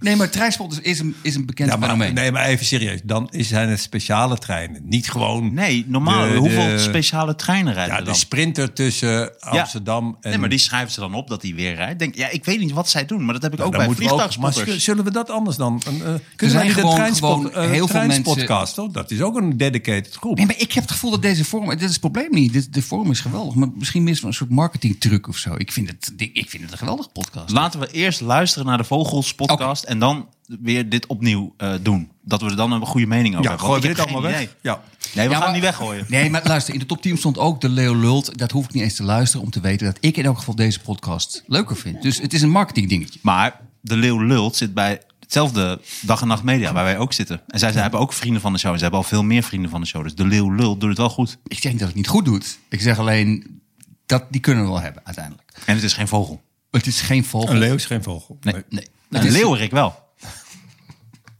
Nee, maar treinspot is- is een, is een bekend Ja, maar, fenomeen. Ah, nee, maar even serieus. Dan is- zijn het speciale treinen. Niet gewoon Nee, normaal. De- de- hoeveel speciale treinen rijden ja, er de dan? sprinter tussen Ja. Amsterdam en... Nee, maar die schrijven ze dan op dat hij weer rijdt. Denk, ja, ik weet niet wat zij doen, maar dat heb ik ook Dan bij moeten we ook- vliegtuigspotters. maar zullen we dat anders dan? Een, eh, zijn kunnen wij niet een gewoon- treinspot, gewoon eh, heel veel mensen- treinspodcast, hoor? Dat is ook een dedicated groep. Nee, maar ik heb het gevoel dat deze vorm... Dit is het probleem niet. Dit, de vorm is geweldig. Maar misschien mis van een soort marketingtruc of zo. Ik vind het, ik vind het een geweldige podcast. Dus Laten we eerst luisteren naar de Vogels podcast en dan weer dit opnieuw eh, doen. Dat we er dan een goede mening over Ja, hebben. gooi Nou, want dit ik heb allemaal geen weg. idee. Ja. Nee, we gaan Ja, maar- hem niet weggooien. Nee, maar luister, in de top 10 stond ook de Leo Lult. Dat hoef ik niet eens te luisteren om te weten dat ik in elk geval deze podcast leuker vind. Dus het is een marketingdingetje. Maar de Leeuw Lult zit bij hetzelfde dag en nacht media waar wij ook zitten. En zij, zij hebben ook vrienden van de show. En ze hebben al veel meer vrienden van de show. Dus de Leeuw Lult doet het wel goed. Ik zeg niet dat het niet goed doet. Ik zeg alleen, dat, die kunnen we wel hebben uiteindelijk. En het is geen vogel. Het is geen vogel. Een leeuw is geen vogel. Nee. Nee. nee. Het Een is leeuwerik wel.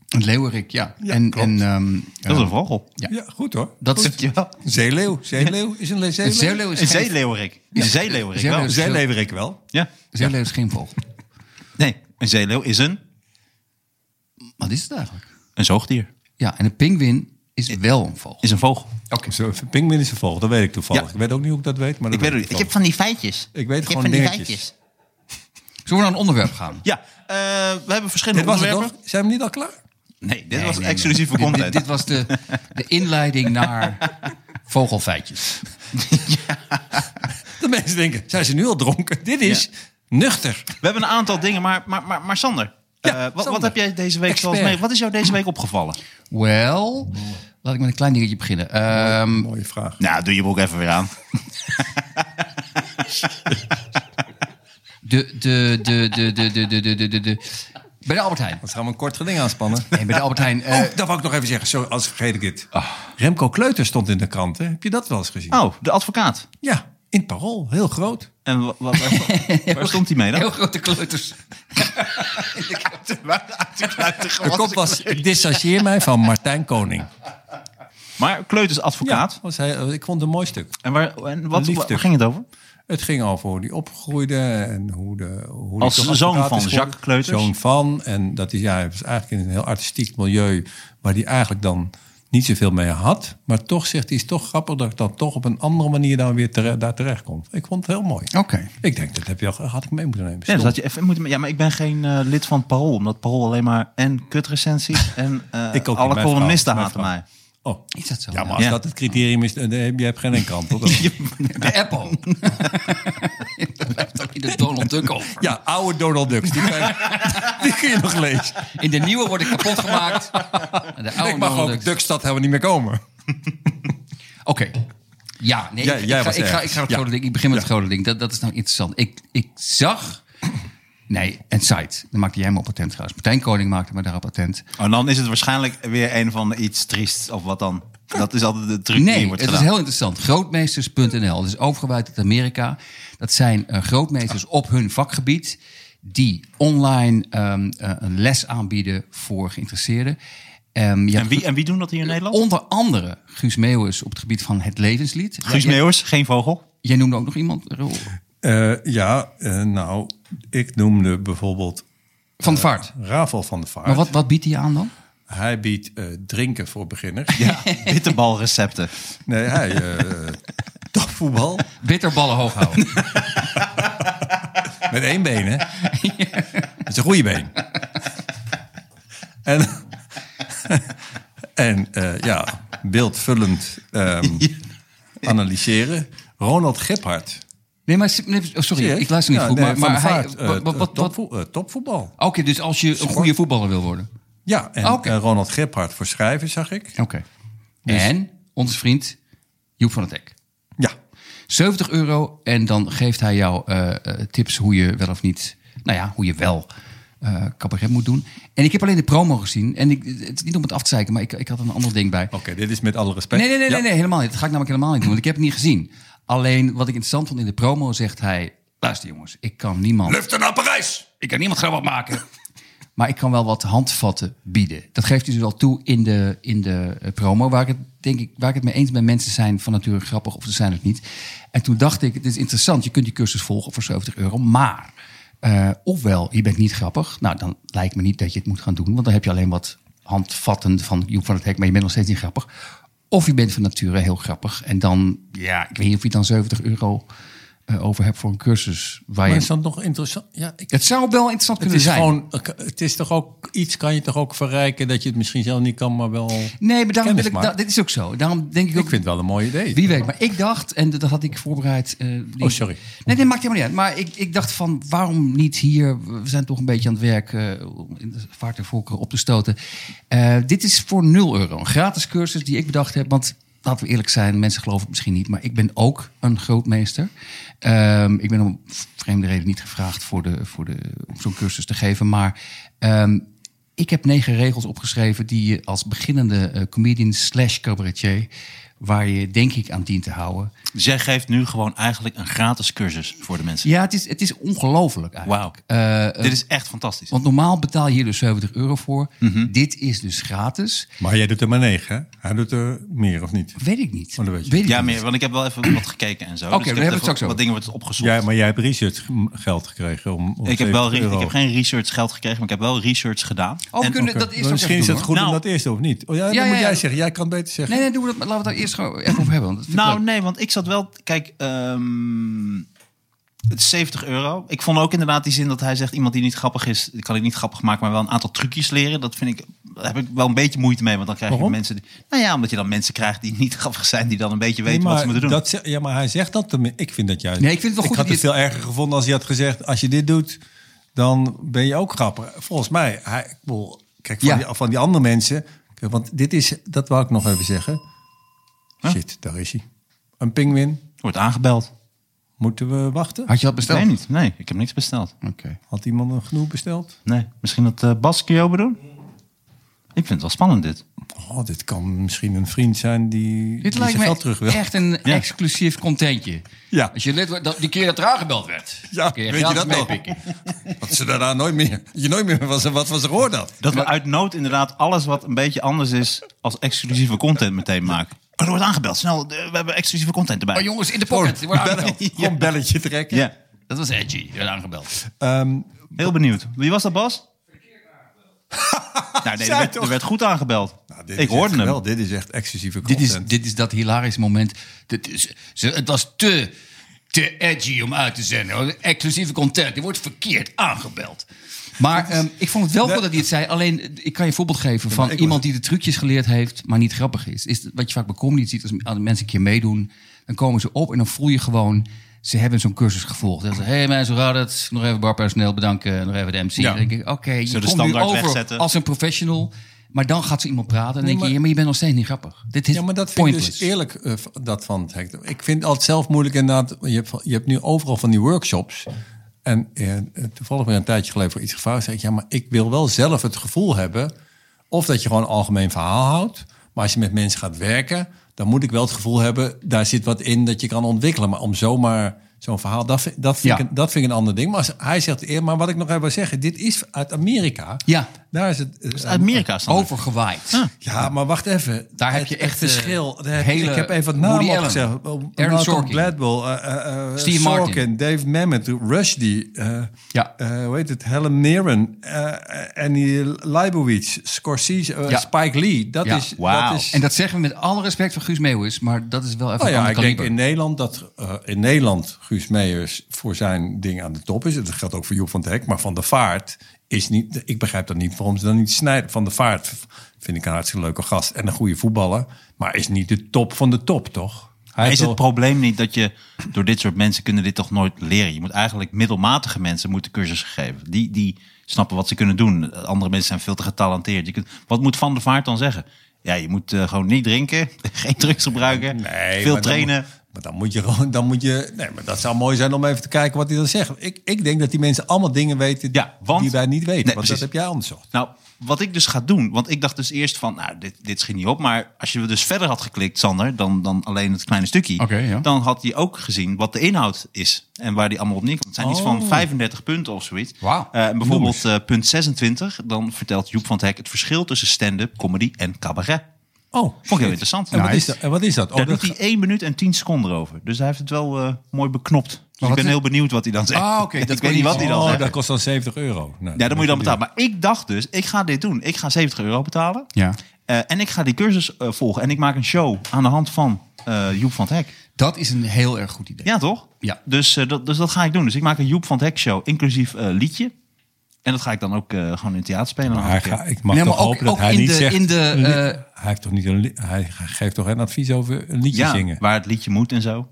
Een leeuwerik, ja. en, klopt. en, ehm, Dat is een vogel. Ja. Ja, goed hoor. dat is, Goed, jawel. Een Zeeleeuw. Zeeleeuw is een le- een zeeleeuw. zeeleeuw is Een geen, zeeleeuwerik. Een zeeleeuwerik zeeleeuw wel. is- Zeeleeuw weet ik wel. Ja. zeeleeuw is geen vogel. Nee, een zeeleeuw is een, Wat is het eigenlijk? een zoogdier. Ja, en een pinguïn is wel een vogel. Is een vogel. Oké. Zo, Pinkman is vervolgd, dat weet ik toevallig. Ja. Ik weet ook niet hoe ik dat weet, maar dat Ik weet het niet. Ik ik heb van die feitjes. Ik weet ik gewoon heb van die dingetjes. feitjes. Zullen we naar een onderwerp gaan? Ja, eh, we hebben verschillende Dit was het onderwerpen. toch? Zijn we niet al klaar? Nee, dit Nee, was nee, exclusief voor nee. Dit- content. Dit, dit was de, de inleiding naar vogelfeitjes. De mensen denken, zijn ze nu al dronken? Dit is nuchter. We hebben een aantal dingen, maar, maar, maar, maar Sander, Ja, eh, wat, wat Sander. heb jij deze week zoals Expert. mee? Wat is jou deze week opgevallen? Wel, laat ik met een klein dingetje beginnen. Ehm, Mooie vraag. Nou, doe je broek even weer aan. de, de, de, de, de, de, de, de, de, de, de- Bij de Albert Heijn. Dan gaan we een kort geding aanspannen. Nee, bij de Albert Heijn. eh, Oh, dat wou ik nog even zeggen. Sorry, als vergeet ik het. Ah. Remco Kleuter stond in de krant. Hè? Heb je dat wel eens gezien? Oh, de advocaat. Ja, in het parool. Heel groot. En wa- wa- waar, waar stond hij mee heel dan? grote kleuters. De kop was, ik distancieer mij van Martijn Koning. Maar Kleuters advocaat. Ja, was hij, eh, ik vond het een mooi stuk. En, waar, en wat, Liefde. waar ging het over? Het ging over hoe die opgroeide en hoe de... Hoe die Als toch advocaat zoon is van geworden. Jacques Kleuters. Zoon van. En dat is, ja, hij was eigenlijk in een heel artistiek milieu... waar hij eigenlijk dan niet zoveel mee had. Maar toch zegt hij, is toch grappig dat ik dan toch op een andere manier... dan weer tere- daar terecht kom. Ik vond het heel mooi. Oké. Ik denk, dat heb je, al- had ik mee moeten nemen. Ja, dus had je even moeten, ja, maar ik ben geen eh, lid van Parool. Omdat Parool alleen maar en kutrecensies en eh, Ik ook niet, alle mijn columnisten vrouw, haten mijn mij. Oh. Is dat zo? Ja, maar als Ja. dat het criterium is, dan heb je hebt geen enkele antwoord. op. De Apple. Daar blijft ook in de Donald Duck over. Ja, oude Donald Ducks. Die, kan die kun je nog lezen. In de nieuwe word ik kapot gemaakt. En De oude ik mag Donald ook Duck. Duckstad helemaal niet meer komen. Oké. Ja, nee, Ja, ik, jij ik, ga, was ik, ga, erg. ik ga het Ja. grote ding. Ik begin met het grote ding. Dat, dat is nou interessant. Ik, ik zag. Nee, en site. Dan maakte jij me op patent trouwens. Martijn Koning maakte me daarop patent. En dan is het waarschijnlijk weer een van de iets triest of wat dan. Dat is altijd de truc die Nee, wordt het is gedaan. heel interessant. Grootmeesters.nl. Dat is overgewijd uit Amerika. Dat zijn eh, grootmeesters op hun vakgebied. Die online ehm, eh, een les aanbieden voor geïnteresseerden. Ehm, je En hebt wie, en wie doen dat hier in Nederland? onder andere Guus Meeuwis op het gebied van het levenslied. Guus Jij- Meeuwis, geen vogel. Jij noemde ook nog iemand. Roel. Eh, ja, eh, nou, ik noemde bijvoorbeeld Van de Vaart. Ravel van de Vaart. Maar wat, wat biedt hij aan dan? Hij biedt eh, drinken voor beginners. Bitterbalrecepten. Nee, hij... eh topvoetbal Bitterballen hoog houden. met één been, hè? Dat is een goede been. En, en eh, ja, beeldvullend ehm, analyseren. Ronald Giphart. nee, maar s- nee, oh, sorry, Serieus? ik luister niet Ja, goed. nee, maar Van maar de hij, Vaart, eh, wat, wat, wat, topvo- eh, topvoetbal. Oké, dus als je een goede voetballer wil worden. Ja, en Ah, oké. eh, Ronald Giphart voor schrijven zag ik. Oké. En onze vriend Joep van het Hek. Ja, 70 euro en dan geeft hij jou eh, eh, tips hoe je wel of niet, nou ja, hoe je wel eh, cabaret moet doen. En ik heb alleen de promo gezien en ik, het is niet om het af te zeiken, maar ik, ik had een ander ding bij. oké, dit is met alle respect. Nee, nee, nee, Oh, Ja. nee, nee, helemaal niet. Dat ga ik namelijk helemaal niet doen, want ik heb het niet gezien. Alleen wat ik interessant vond in de promo zegt hij, luister jongens, ik kan niemand... Luften naar Parijs! Ik kan niemand grappig maken. Maar ik kan wel wat handvatten bieden. Dat geeft hij dus al toe in de, in de eh, promo. Waar ik, het, denk ik, waar ik het mee eens ben, mensen zijn van nature grappig of ze zijn het niet. En toen dacht ik, het is interessant, je kunt die cursus volgen voor 70 euro. Maar, eh, ofwel, je bent niet grappig. Nou, dan lijkt me niet dat je het moet gaan doen. Want dan heb je alleen wat handvatten van Joep van het Hek, maar je bent nog steeds niet grappig. Of je bent van nature heel grappig. En dan, ja, ik weet niet of je dan 70 euro eh, over hebt voor een cursus. Waar Maar je is dat nog interessant? Ja, ik, het zou wel interessant het kunnen is zijn. gewoon, het is toch ook, iets kan je toch ook verrijken dat je het misschien zelf niet kan, maar wel... nee, maar daarom wil Kennis ik, maken. da- dit is ook zo. Daarom denk ik ook, Ik vind het wel een mooi idee. wie weet. Maar ik dacht, en dat had ik voorbereid. eh, die- Oh, sorry. Nee, dat maakt helemaal niet uit. Maar ik, ik dacht van, waarom niet hier? We zijn toch een beetje aan het werk eh, om in de vaart en volkeren op te stoten. Eh, dit is voor 0 euro. Een gratis cursus die ik bedacht heb. Want laten we eerlijk zijn, mensen geloven het misschien niet. Maar ik ben ook een grootmeester. Ehm, ik ben om vreemde reden niet gevraagd voor de, voor de, om zo'n cursus te geven. Maar ehm, ik heb negen regels opgeschreven die je als beginnende eh, comedian slash cabaretier... waar je denk ik aan dient te houden. Zij geeft nu gewoon eigenlijk een gratis cursus voor de mensen. Ja, het is, het is ongelooflijk eigenlijk. Wauw. Eh, eh, Dit is echt fantastisch. want normaal betaal je hier dus 70 euro voor. Mhm. Dit is dus gratis. Maar jij doet er maar negen, hè? Hij doet er meer, of niet? Weet ik niet. Oh, dat weet je. ik Ja, niet. meer, want ik heb wel even wat gekeken en zo. Dus Oké, ik we hebben even het straks wat over. dingen wordt opgezocht. Ja, maar jij hebt research g- geld gekregen om, om ik, heb 70 wel, re- euro. ik heb geen research geld gekregen, maar ik heb wel research gedaan. Oh, we En- kunnen, Oké. dat is Maar Misschien is het goed Nou. om dat eerst of niet. Oh, ja, Ja, dan ja, moet ja. jij zeggen. Jij kan het beter zeggen. Nee, nee, doen we dat. maar Laten we dat eerst eerst gewoon even op hebben? Want dat vind ik Nou, leuk. nee, want ik zat wel. Kijk, ehm, het is 70 euro. Ik vond ook inderdaad die zin dat hij zegt: iemand die niet grappig is, die kan ik niet grappig maken, maar wel een aantal trucjes leren. Dat vind ik. Daar heb ik wel een beetje moeite mee, want dan krijg Waarom? je mensen. Die, nou ja, omdat je dan mensen krijgt die niet grappig zijn, die dan een beetje weten Nee, wat ze maar moeten doen. dat ze- ja, maar hij zegt dat. te min- Ik vind dat juist. Nee, ik vind het wel goed had dat het je- veel erger gevonden als hij had gezegd: als je dit doet, dan ben je ook grappig. Volgens mij, hij, ik bedoel, kijk van, Ja. die, van die andere mensen. Kijk, want dit is, dat wou ik nog even zeggen. Shit, daar is hij. Een pinguïn Wordt aangebeld. moeten we wachten. Had je dat besteld? Nee, niet. Nee, ik heb niks besteld. Oké. Had iemand nog genoeg besteld? Nee. Misschien dat eh Bas Kiobe doen? Ik vind het wel spannend, dit. Oh, dit kan misschien een vriend zijn die, Dit die lijkt zijn me geld terug wil. echt een exclusief contentje. Ja. Als je lid wordt, dat, die keer dat er aangebeld werd. Ja, kun weet je gratis dat nog? meepikken. Dat ze daarna nooit meer, je nooit meer van ze, wat van ze gehoord had. Dat we uit nood inderdaad alles wat een beetje anders is als exclusieve content meteen maken. Oh, er wordt aangebeld. Snel, eh, we hebben exclusieve content erbij. Oh jongens, in de pocket. die worden aangebeld. Gewoon een belletje trekken. Ja. Dat was edgy. Die werden aangebeld. Ehm, Heel benieuwd. Wie was dat, Bas? Nou, nee, er, Zij werd, toch? er werd goed aangebeld. nou, dit ik is echt hoorde hem. geweldig. Dit is echt exclusieve Dit is, content. dit is dat hilarisch moment. Dit is, ze, het was te, te edgy om uit te zenden. hoor. Exclusieve content. Die wordt verkeerd aangebeld. Maar ehm, ik vond het wel goed dat hij het zei. Alleen, eh, ik kan je een voorbeeld geven van ik iemand die de trucjes geleerd heeft, maar niet grappig is. is wat je vaak bij comedy ziet, als m- mensen een keer meedoen, dan komen ze op en dan voel je gewoon, ze hebben zo'n cursus gevolgd. Dan zeggen ze, hey mensen, hoe gaat het? Nog even barpersoneel bedanken, nog even de MC. Dan denk ik, oké, je Zo de komt nu standaard over wegzetten. als een professional. Maar dan gaat ze iemand praten en dan denk maar- je, ja, maar je bent nog steeds niet grappig. Dit is Ja, maar dat vind pointless. ik dus eerlijk, eh, v- dat van het hek. Ik vind het altijd zelf moeilijk inderdaad. Je hebt, van- je hebt nu overal van die workshops. En eh, toevallig weer een tijdje geleden voor iets gevraagd. Zeg ik, ja, maar ik wil wel zelf het gevoel hebben... of dat je gewoon een algemeen verhaal houdt. Maar als je met mensen gaat werken... dan moet ik wel het gevoel hebben, daar zit wat in dat je kan ontwikkelen. Maar om zomaar zo'n verhaal, dat vind, dat, vind Ja. ik, een- dat vind ik een ander ding. Maar als, hij zegt eerder, maar wat ik nog even wil zeggen... dit is uit Amerika. Ja. Dus Daar is het... eh, Uit Amerika staan. Over. overgewaaid. Ja, maar wacht even. Daar heb Het- je echt, het eh, verschil. Daar heb- hele ik heb even wat Woody namen Allen, opgezegd. Aaron Malcolm Sorkin. Gladwell, eh, eh, eh, Steve Sorkin, Martin. Dave Mamet, Rushdie. eh Ja. eh, hoe heet het? Helen Mirren, eh, en die Leibowitz, Scorsese, eh, Ja. Spike Lee. Dat Ja. is... Wauw. Dat is En dat zeggen we met alle respect voor Guus Meeuwis, maar dat is wel even nou ja, een ik ander denk kaliber. in Nederland dat eh, in Nederland Guus Meijers voor zijn ding aan de top is. Dat geldt ook voor Joep van het Hek, maar Van der Vaart is niet. Ik begrijp dat niet waarom ze dan niet snijden. Van der Vaart vind ik een hartstikke leuke gast en een goede voetballer, maar is niet de top van de top, toch? Hij Is heeft het wel- probleem niet dat je door dit soort mensen kunnen dit toch nooit leren? Je moet eigenlijk middelmatige mensen moeten cursussen geven. Die, die snappen wat ze kunnen doen. Andere mensen zijn veel te getalenteerd. Je kunt, wat moet Van der Vaart dan zeggen? Ja, je moet eh, gewoon niet drinken, geen drugs gebruiken, Nee, maar veel dan trainen. moet- maar dan moet je gewoon, dan moet je. Nee, maar dat zou mooi zijn om even te kijken wat hij dan zegt. Ik, ik denk dat die mensen allemaal dingen weten Ja, want- die wij niet weten. want Nee, dat precies. heb jij onderzocht. Nou, wat ik dus ga doen, want ik dacht dus eerst van, nou, dit, dit schiet niet op. Maar als je dus verder had geklikt, Sander, dan, dan alleen het kleine stukje. Oké, ja. Dan had hij ook gezien wat de inhoud is en waar die allemaal op neerkomt. Het zijn iets van 35 punten of zoiets. Oh. Wauw. Eh, en bijvoorbeeld eh, punt 26, dan vertelt Joep van het Hek het verschil tussen stand-up, comedy en cabaret. Oh, Vond ik heel interessant. En, wat is Nice. dat, en wat is dat? Oh, Daar dat doet hij 1 minuut en 10 seconden over. Dus hij heeft het wel eh, mooi beknopt. Dus ik ben is- heel benieuwd wat hij dan zegt. Ah, oké, dat ik kon weet je niet wat niet hij zien. dan oh, zegt. dat kost dan 70 euro. Nou, Ja, dan moet je dan betalen. Maar ik dacht dus, ik ga dit doen. Ik ga 70 euro betalen. Ja. Eh, en ik ga die cursus eh, volgen. En ik maak een show aan de hand van eh, Joep van het Hek. Dat is een heel erg goed idee. Ja, toch? Ja. Dus, eh, dat, dus dat ga ik doen. Dus ik maak een Joep van het Hek show, inclusief eh, liedje. En dat ga ik dan ook eh, gewoon in het theater spelen. Maar hij ga, ik mag Nee, maar toch ook- hopen dat ook hij in niet de- zegt... in de, een li- eh, hij, heeft toch niet een li- hij geeft toch een advies over een liedje eh, ja, zingen? waar het liedje moet en zo.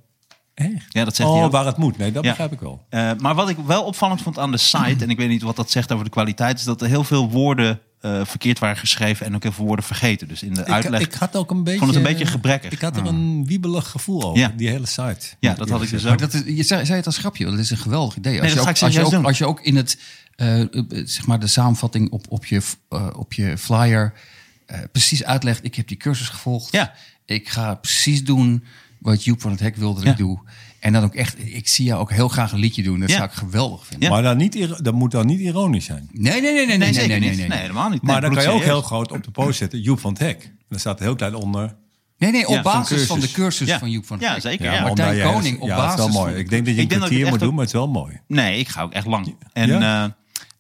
Echt? Ja, dat zegt hij oh, ook. waar het moet. Nee, dat Ja. begrijp ik wel. Eh, maar wat ik wel opvallend vond aan de site, en ik weet niet wat dat zegt over de kwaliteit, is dat er heel veel woorden eh, verkeerd waren geschreven en ook heel veel woorden vergeten. Dus in de uitleg. Ik, ik had ook een beetje... vond het een beetje gebrekkig. Ik had er een wiebelig gevoel over, Ja. die hele site. ja, dat had ik dus Maar ook. dat is, je zei, zei het als grapje, dat is een geweldig idee. Als, dat je, ook, ga ik als, je, serieus ook, doen. als je ook in het, eh, eh, zeg maar de samenvatting op, op, je, eh, op je flyer eh, precies uitlegt: ik heb die cursus gevolgd. Ja. Ik ga precies doen wat Joep van het Hek wilde dat Ja. ik doe. En dan ook echt, ik zie jou ook heel graag een liedje doen. Dat Ja. zou ik geweldig vinden. Ja. Maar dan niet, ir- dat moet dan niet ironisch zijn. Nee, nee, nee, nee, nee, nee, nee, zeker nee, nee, niet. nee, Nee, helemaal niet. Maar Nee, dan kan je ook heel bloedserieus. groot op de post zetten. Joep van het Hek. En Dan staat heel klein onder. Nee, nee, op Ja, zo'n basis van de cursus. cursus Ja. van Joep van het Ja, Hek. zeker, Ja, ja. omdat Martijn je- Koning op ja, dat basis is wel van mooi. Ik denk dat je een Ik denk dat ik kwartier echt moet op- doen, maar het is wel mooi. Nee, ik ga ook echt lang. En Ja? eh,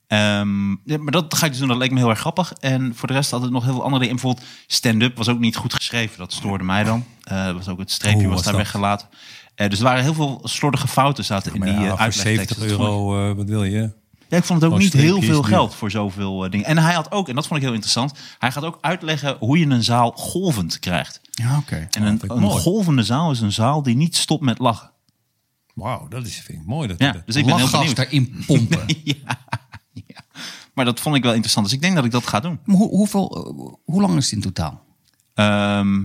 Ehm, ja, maar dat ga ik dus doen. Dat leek me heel erg grappig. En voor de rest had het nog heel veel andere dingen. Bijvoorbeeld stand-up was ook niet goed geschreven. Dat stoorde mij dan. Eh, was ook het streepje Hoe was, was daar dat? weggelaten. Eh, dus er waren heel veel slordige fouten zaten in Maar die ja, eh, voor uitlegtekst. 70 Dat vond ik- euro, eh, wat wil je? ja, ik vond het ook Gewoon niet heel streepjes veel duur. geld voor zoveel eh, dingen. En hij had ook, en dat vond ik heel interessant, hij gaat ook uitleggen hoe je een zaal golvend krijgt. Ja, oké. En een, Oh, vind ik een mooi. golvende zaal is een zaal die niet stopt met lachen. Wauw, dat is, vind ik mooi. Dat, Ja, dat- dus ik ben heel Lachgas benieuwd. daarin pompen. Maar dat vond ik wel interessant. Dus ik denk dat ik dat ga doen. Maar hoe, hoeveel, eh, hoe lang is het in totaal? Ehm,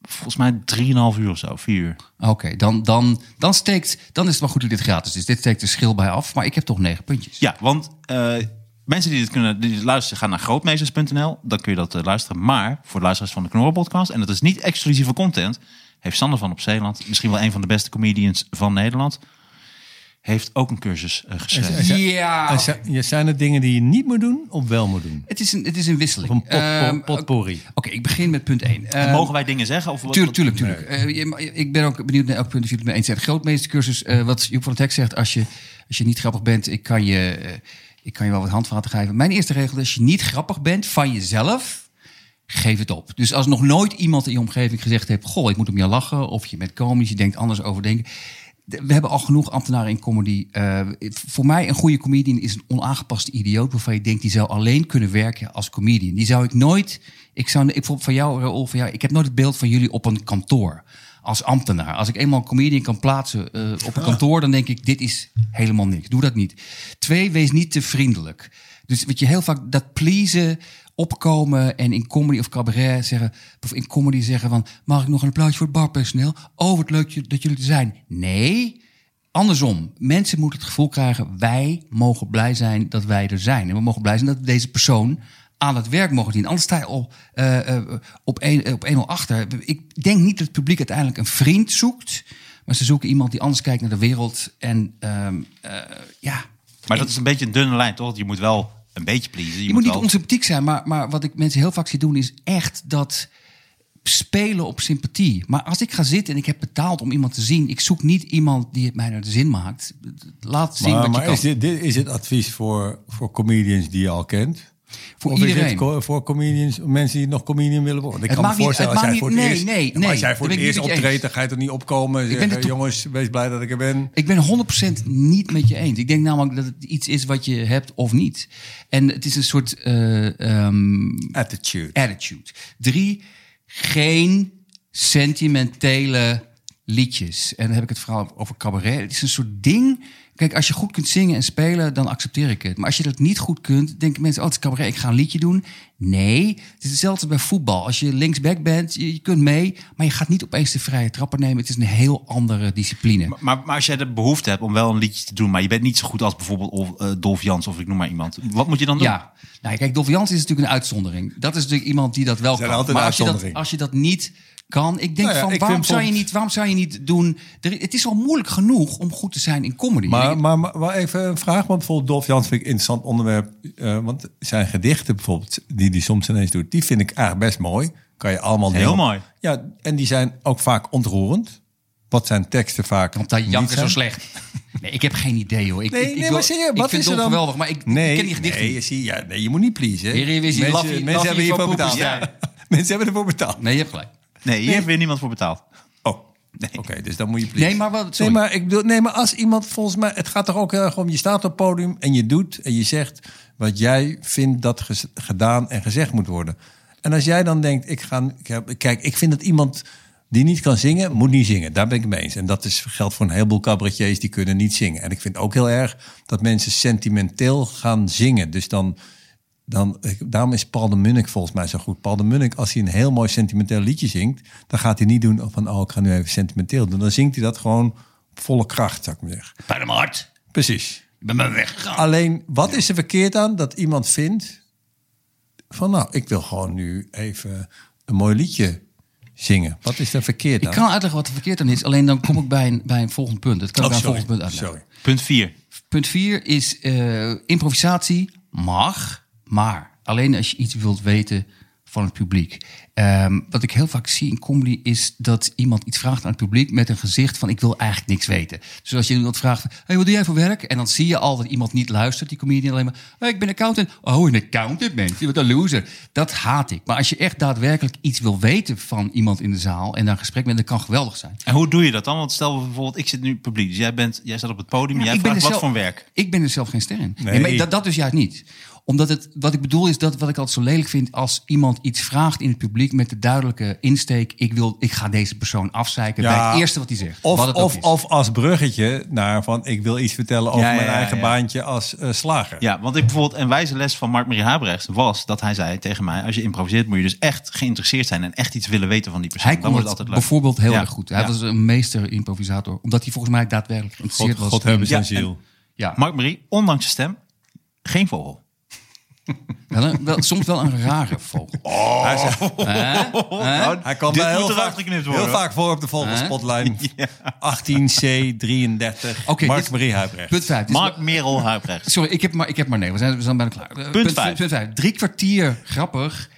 volgens mij 3,5 uur of zo, 4 uur. Oké, dan, dan, dan, steekt, dan is het maar goed dat dit gratis is. Dit steekt de schil bij af, maar ik heb toch negen puntjes. Ja, want eh, mensen die dit kunnen die dit luisteren, gaan naar grootmeesters.nl. Dan kun je dat eh, luisteren. Maar voor de luisteraars van de Knorrenpodcast, en dat is niet exclusieve content, heeft Sander van op Zeeland, misschien wel een van de beste comedians van Nederland, heeft ook een cursus eh, geschreven. Ja. Ja. En zijn- ja, zijn er dingen die je niet moet doen of wel moet doen? Het is een, het is een wisseling. Of een pot- Ehm, potpourri. Oké, ik begin met punt 1. En Mogen wij dingen zeggen? Of wat- eh, Tuurlijk, tuurlijk, tuurlijk. Eh, je- maar ik ben ook benieuwd naar elk punt dat jullie het mee eens zijn. Grootmeestercursus, eh, wat Joep van het Hek zegt, als je, als je niet grappig bent, ik kan je, eh, ik kan je wel wat handvaten geven. Mijn eerste regel is, als je niet grappig bent van jezelf, geef het op. Dus als nog nooit iemand in je omgeving gezegd heeft, goh, ik moet om je lachen, of je bent komisch, je denkt anders over denken. De- We hebben al genoeg ambtenaren in comedy. Eh, het- voor mij een goede comedian is een onaangepaste idioot... waarvan je denkt, die zou alleen kunnen werken als comedian. Die zou ik nooit... Ik zou, ik, bijvoorbeeld van jou, Raoul, van jou, ik heb nooit het beeld van jullie op een kantoor. Als ambtenaar. Als ik eenmaal een comedian kan plaatsen eh, op een kantoor... dan denk ik, dit is helemaal niks. Doe dat niet. Twee, wees niet te vriendelijk. Dus wat je heel vaak... Dat pleasen, opkomen en in comedy of cabaret zeggen... of in comedy zeggen van... mag ik nog een applausje voor het barpersoneel? Oh, wat leuk je- dat jullie er zijn. Nee... Andersom, mensen moeten het gevoel krijgen: wij mogen blij zijn dat wij er zijn. En we mogen blij zijn dat we deze persoon aan het werk mogen dienen. Anders sta je op, eh, eh, op, een, eh, op 1 achter. Ik denk niet dat het publiek uiteindelijk een vriend zoekt. Maar ze zoeken iemand die anders kijkt naar de wereld. En ehm, eh, ja, Maar dat is een beetje een dunne lijn, toch? Je moet wel een beetje pleasen. Je, je moet niet wel- onsympathiek zijn, maar, maar wat ik mensen heel vaak zie doen is echt dat spelen op sympathie. Maar als ik ga zitten en ik heb betaald om iemand te zien, ik zoek niet iemand die het mij naar de zin maakt. Laat zien Maar, wat je maar kan. is, dit, dit- is het advies voor, voor comedians die je al kent? Voor of is iedereen. het co- voor comedians, mensen die nog comedian willen worden? Ik Het kan me maakt niet- voorstellen, het als jij maakt voor niet- het nee, eerst, nee, Ja, maar nee. als jij voor het Daar ben ik eerst niet met je optreedt, eens. dan ga je er niet opkomen. en ben zeggen, het to- jongens, wees blij dat ik er ben. Ik ben 100% niet met je eens. Ik denk namelijk dat het iets is wat je hebt of niet. En het is een soort eh, ehm, Attitude. attitude. Drie, geen sentimentele liedjes. En dan heb ik het verhaal over cabaret. Het is een soort ding. Kijk, als je goed kunt zingen en spelen, dan accepteer ik het. Maar als je dat niet goed kunt, denken mensen... oh, het is cabaret, ik ga een liedje doen. Nee, het is hetzelfde als bij voetbal. Als je linksback bent, je, je kunt mee... maar je gaat niet opeens de vrije trappen nemen. Het is een heel andere discipline. Maar, maar als jij de behoefte hebt om wel een liedje te doen, maar je bent niet zo goed als bijvoorbeeld of, eh, Dolf Jans of ik noem maar iemand. Wat moet je Hm. dan doen? Ja, nou, kijk, Dolph Jans is natuurlijk een uitzondering. Dat is natuurlijk iemand die dat wel Zijn kan. altijd Maar als je, dat, uitzonderingen. als je dat niet kan, ik denk Nou ja, van ik waarom, vind zou je soms- niet, waarom zou je niet doen. Er- het is al moeilijk genoeg om goed te zijn in comedy. Maar, Ik- maar, maar, maar even een vraag, want bijvoorbeeld Dolf Jans vind ik een interessant onderwerp. eh, want zijn gedichten bijvoorbeeld, die hij soms ineens doet, die vind ik eigenlijk best mooi. Kan je allemaal Heel dingen- mooi. Ja, en die zijn ook vaak ontroerend. Wat zijn teksten vaak. want dat niet jank is zo zijn. slecht. Nee, ik heb geen idee, hoor. Ik, Nee, ik, ik nee, wil- maar zie je, ik wat vind is er Dolph dan? geweldig, maar ik, nee, ik ken die gedichten nee, niet. zie, ja, nee, je moet niet pleasen. Hier is die mensen laffie- mensen laffie hebben hiervoor van betaald. Poepenstein. Ja. Mensen hebben ervoor betaald. Nee, je hebt gelijk. Nee, hier heeft weer niemand voor betaald. Oh, oké, dus dan moet je pleasen. Nee, maar wat- sorry. Nee, maar ik bedoel, nee, maar als iemand volgens mij, het gaat toch ook heel erg om, je staat op het podium en je doet en je zegt wat jij vindt dat ges- gedaan en gezegd moet worden. En als jij dan denkt, ik ga, ik heb- kijk, ik vind dat iemand die niet kan zingen, moet niet zingen. Daar ben ik het mee eens. En dat is, geldt voor een heleboel cabaretiers, die kunnen niet zingen. En ik vind ook heel erg dat mensen sentimenteel gaan zingen. Dus dan, dan, ik- daarom is Paul de Munnik volgens mij zo goed. Paul de Munnik, als hij een heel mooi sentimenteel liedje zingt, dan gaat hij niet doen van, oh, ik ga nu even sentimenteel doen. Dan zingt hij dat gewoon op volle kracht, zou ik maar zeggen. Bij mijn hart. Precies. Ik ben maar weggegaan. Alleen, wat is er verkeerd aan dat iemand vindt van, nou, ik wil gewoon nu even een mooi liedje zingen. Wat is er verkeerd aan? Ik kan uitleggen wat er verkeerd aan is. Alleen dan kom ik bij een, bij een volgend punt. Dat kan ik Oh, bij een sorry. volgend punt uitleggen. Sorry. Punt 4. Punt 4 is eh, improvisatie mag, maar alleen als je iets wilt weten van het publiek. Ehm, wat ik heel vaak zie in comedy is dat iemand iets vraagt aan het publiek met een gezicht van ik wil eigenlijk niks weten. Dus als je iemand vraagt, hey, wat doe jij voor werk? En dan zie je al dat iemand niet luistert, die comedian alleen maar, hey, ik ben accountant. Oh, een accountant, mensen, wat een loser. Dat haat ik. Maar als je echt daadwerkelijk iets wil weten van iemand in de zaal en daar een gesprek mee, dat kan geweldig zijn. En hoe doe je dat dan? Want stel bijvoorbeeld, ik zit nu publiek. Dus jij, bent, jij staat op het podium. Ja, jij ben dus vraagt er wat zelf- voor werk. Ik ben er zelf geen ster in. Nee. Nee. maar dat, dat dus juist niet. Omdat het, wat ik bedoel is dat wat ik altijd zo lelijk vind als iemand iets vraagt in het publiek met de duidelijke insteek: ik, wil, ik ga deze persoon afzeiken Ja. bij het eerste wat hij zegt. wat Of, het ook of, is. of als bruggetje naar van ik wil iets vertellen over Ja, ja, mijn ja, eigen ja. baantje als eh, slager. Ja, want ik bijvoorbeeld een wijze les van Mark Marie Habrechts was dat hij zei tegen mij: als je improviseert, moet je dus echt geïnteresseerd zijn en echt iets willen weten van die persoon. hij dan kon wordt het het altijd leuk. bijvoorbeeld heel Ja. erg goed. Hij Ja. was dus een meester improvisator. Omdat hij volgens mij daadwerkelijk God, geïnteresseerd was. God hebben zijn Ja, en- ziel. Ja, Mark Marie, ondanks je stem, geen vogel. wel een- wel- soms wel een rare vogel. Hij, zei- Oh, hij kwam Dit bij moet heel, eruit vaak, geknipt worden, heel hoor. vaak voor op de volgende Hè? spotlijn. 18C 33. Oké, Mark dit- Marie Huibrecht. Punt 5. Mark Merel Huibrechts. Sorry, ik heb maar, ik heb maar nee. We zijn, we zijn bijna klaar. Eh, vijf. Punt vijf. Drie kwartier grappig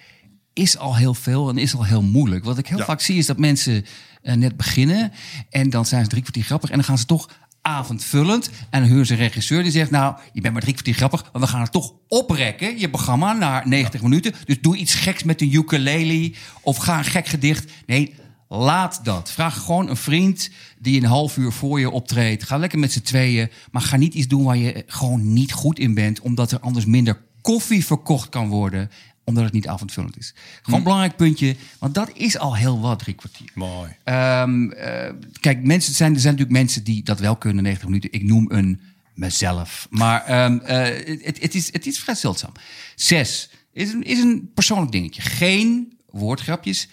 is al heel veel en is al heel moeilijk. Wat ik heel vaak zie is dat mensen eh, net beginnen en dan zijn ze drie kwartier grappig en dan gaan ze toch avondvullend. En dan huren ze een regisseur die zegt, nou, je bent maar drie kwartier grappig, want we gaan het toch oprekken, je programma, naar 90 minuten. Dus doe iets geks met een ukulele of ga een gek gedicht. Nee, Laat dat. Vraag gewoon een vriend die een half uur voor je optreedt. Ga lekker met z'n tweeën. Maar ga niet iets doen waar je gewoon niet goed in bent. Omdat er anders minder koffie verkocht kan worden. Omdat het niet avondvullend is. Gewoon een belangrijk puntje. Want dat is al heel wat, drie kwartier. Mooi. Ehm, eh, kijk, mensen, zijn, er zijn natuurlijk mensen die dat wel kunnen, 90 minuten. Ik noem een mezelf. Maar ehm, eh, het, het, is, het is vrij zeldzaam. Zes is een, is een persoonlijk dingetje. Geen woordgrapjes,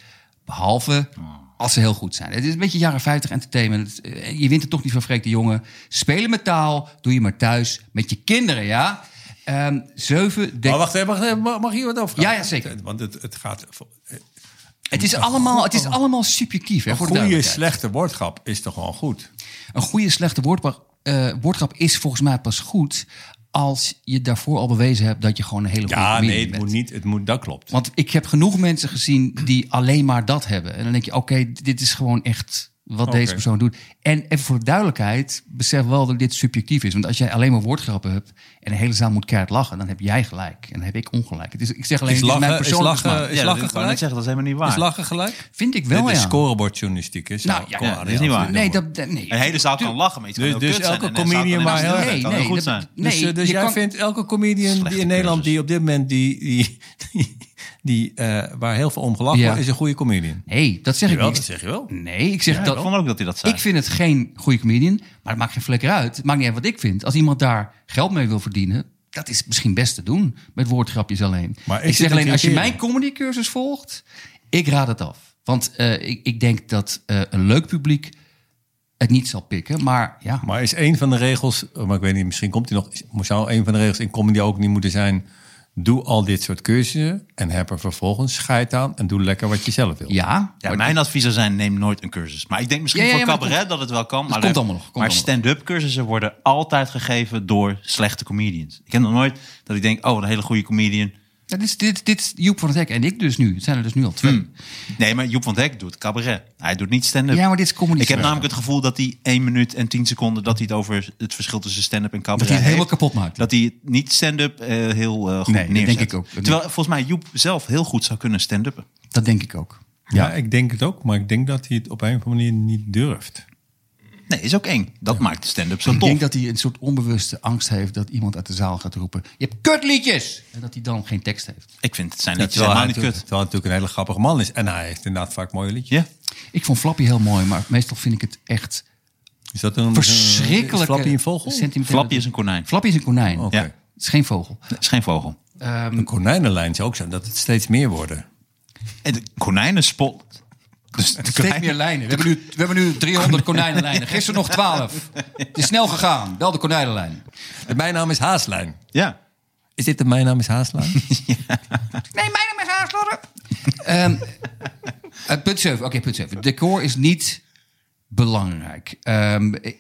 behalve als ze heel goed zijn. Het is een beetje jaren 50 entertainment. Eh, Je wint het toch niet van Freek de Jonge. Spelen met taal, doe je maar thuis met je kinderen, ja. Ehm, zeven, denk Maar Oh, wacht even, wacht even, mag, mag hier wat over? Ja, ja, zeker. Want het, het gaat... het, is allemaal, het is allemaal subjectief. Hè, Een voor de goede, duidelijkheid. slechte woordgrap is toch gewoon goed? Een goede slechte woordgrap, eh, woordgrap is volgens mij pas goed als je daarvoor al bewezen hebt dat je gewoon een hele goede Ja, comedian nee, het bent. moet niet. Het moet, dat klopt. Want ik heb genoeg mensen gezien die alleen maar dat hebben. En dan denk je, oké, dit is gewoon echt wat deze Oké. persoon doet. En even voor de duidelijkheid, besef wel dat dit subjectief is. Want als jij alleen maar woordgrappen hebt en de hele zaal moet keihard lachen, dan heb jij gelijk. En dan heb ik ongelijk. Het is, ik zeg alleen, Is dit is mijn lachen, is persoonlijke smaak. lachen, is Ja, dat lachen ik wou gelijk? net zeggen, dat is helemaal niet Is waar. lachen gelijk? Vind ik wel, Dit is ja. scorebordjournalistiek, hè? Nou, ja, Kom, ja, dat is niet waar. Nee, dat, dat- nee. Een hele zaal kan lachen, maar iets kan Dus- heel dus kut zijn. elke En een zaal comedian kan maar heel heel erg nee, kan heel nee, goed dat- zijn. nee, dus eh, dus je jij kan- vindt elke comedian die Slechte in Nederland cursus. die op dit moment die, die, die, die, eh, waar heel veel om gelachen Ja. wordt, is een goede comedian. Nee, dat zeg Jawel, ik dat niet. zeg je wel. Nee, ik zeg dat. Ik vond ook dat hij dat zei. Ik vind het geen goede comedian, maar het maakt geen flikker uit. Het maakt niet uit wat ik vind. Als iemand daar geld mee wil verdienen, dat is misschien best te doen met woordgrapjes alleen. Maar is ik zeg het een alleen, als je criterium? mijn comedycursus volgt, ik raad het af. Want eh, ik, ik denk dat eh, een leuk publiek het niet zal pikken. Maar ja, Maar is een van de regels, eh, maar ik weet niet, misschien komt hij nog, is- zou een van de regels in comedy ook niet moeten zijn, doe al dit soort cursussen en heb er vervolgens scheid aan en doe lekker wat je zelf wil. ja, Ja, maar- mijn advies zou zijn, neem nooit een cursus. Maar ik denk misschien Ja, ja, voor ja, maar cabaret dat het wel kan. Maar, komt daar- allemaal nog, komt maar allemaal nog. stand-up cursussen worden altijd gegeven door slechte comedians. Ik heb nog nooit dat ik denk, oh, een hele goede comedian. dat is, dit, dit is Joep van het Hek en ik dus nu. Het zijn er dus nu al twee. Nee, maar Joep van Dijk doet cabaret. Hij doet niet stand-up. Ja, maar dit is comedy. ik heb namelijk het gevoel dat hij 1 minuut en 10 seconden... dat hij het over het verschil tussen stand-up en cabaret Dat hij het helemaal heeft. kapot maakt. Dat hij het niet stand-up eh, heel eh, goed Nee, dat neerzet. denk ik ook. Terwijl volgens mij Joep zelf heel goed zou kunnen stand-uppen. Dat denk ik ook. Ja, ik denk het ook, maar ik denk dat hij het op een of andere manier niet durft. Nee, is ook eng. Dat maakt de stand-up zo Ik tof. denk dat hij een soort onbewuste angst heeft dat iemand uit de zaal gaat roepen: Je hebt kutliedjes! En dat hij dan geen tekst heeft. Ik vind het zijn Ja, liedjes terwijl, hij helemaal natuurlijk, niet kut. terwijl hij natuurlijk een hele grappige man is. En hij heeft inderdaad vaak mooie liedjes. Ja? Ik vond Flappy heel mooi, maar meestal vind ik het echt Is dat een verschrikkelijk. Is Eh, Flappy een vogel? Flappy is een konijn. Flappy is een konijn. Oké. Ja. Het is geen vogel. Ehm, Het is geen vogel. Een konijnenlijn zou ook zijn, dat het steeds meer worden. En de konijnen spot. Dus de Steeds konijnen- meer lijnen. We hebben, nu, we hebben nu 300 konijnenlijnen. Gisteren nog 12. Het is snel gegaan. Wel de konijnenlijn. De Mijn naam is Haaslijn. Ja. Is dit de Mijn naam is Haaslijn? Nee, mijn naam is Haaslorre. Ehm eh, punt 7. Oké, punt 7. Decor is niet belangrijk. Ehm, eh,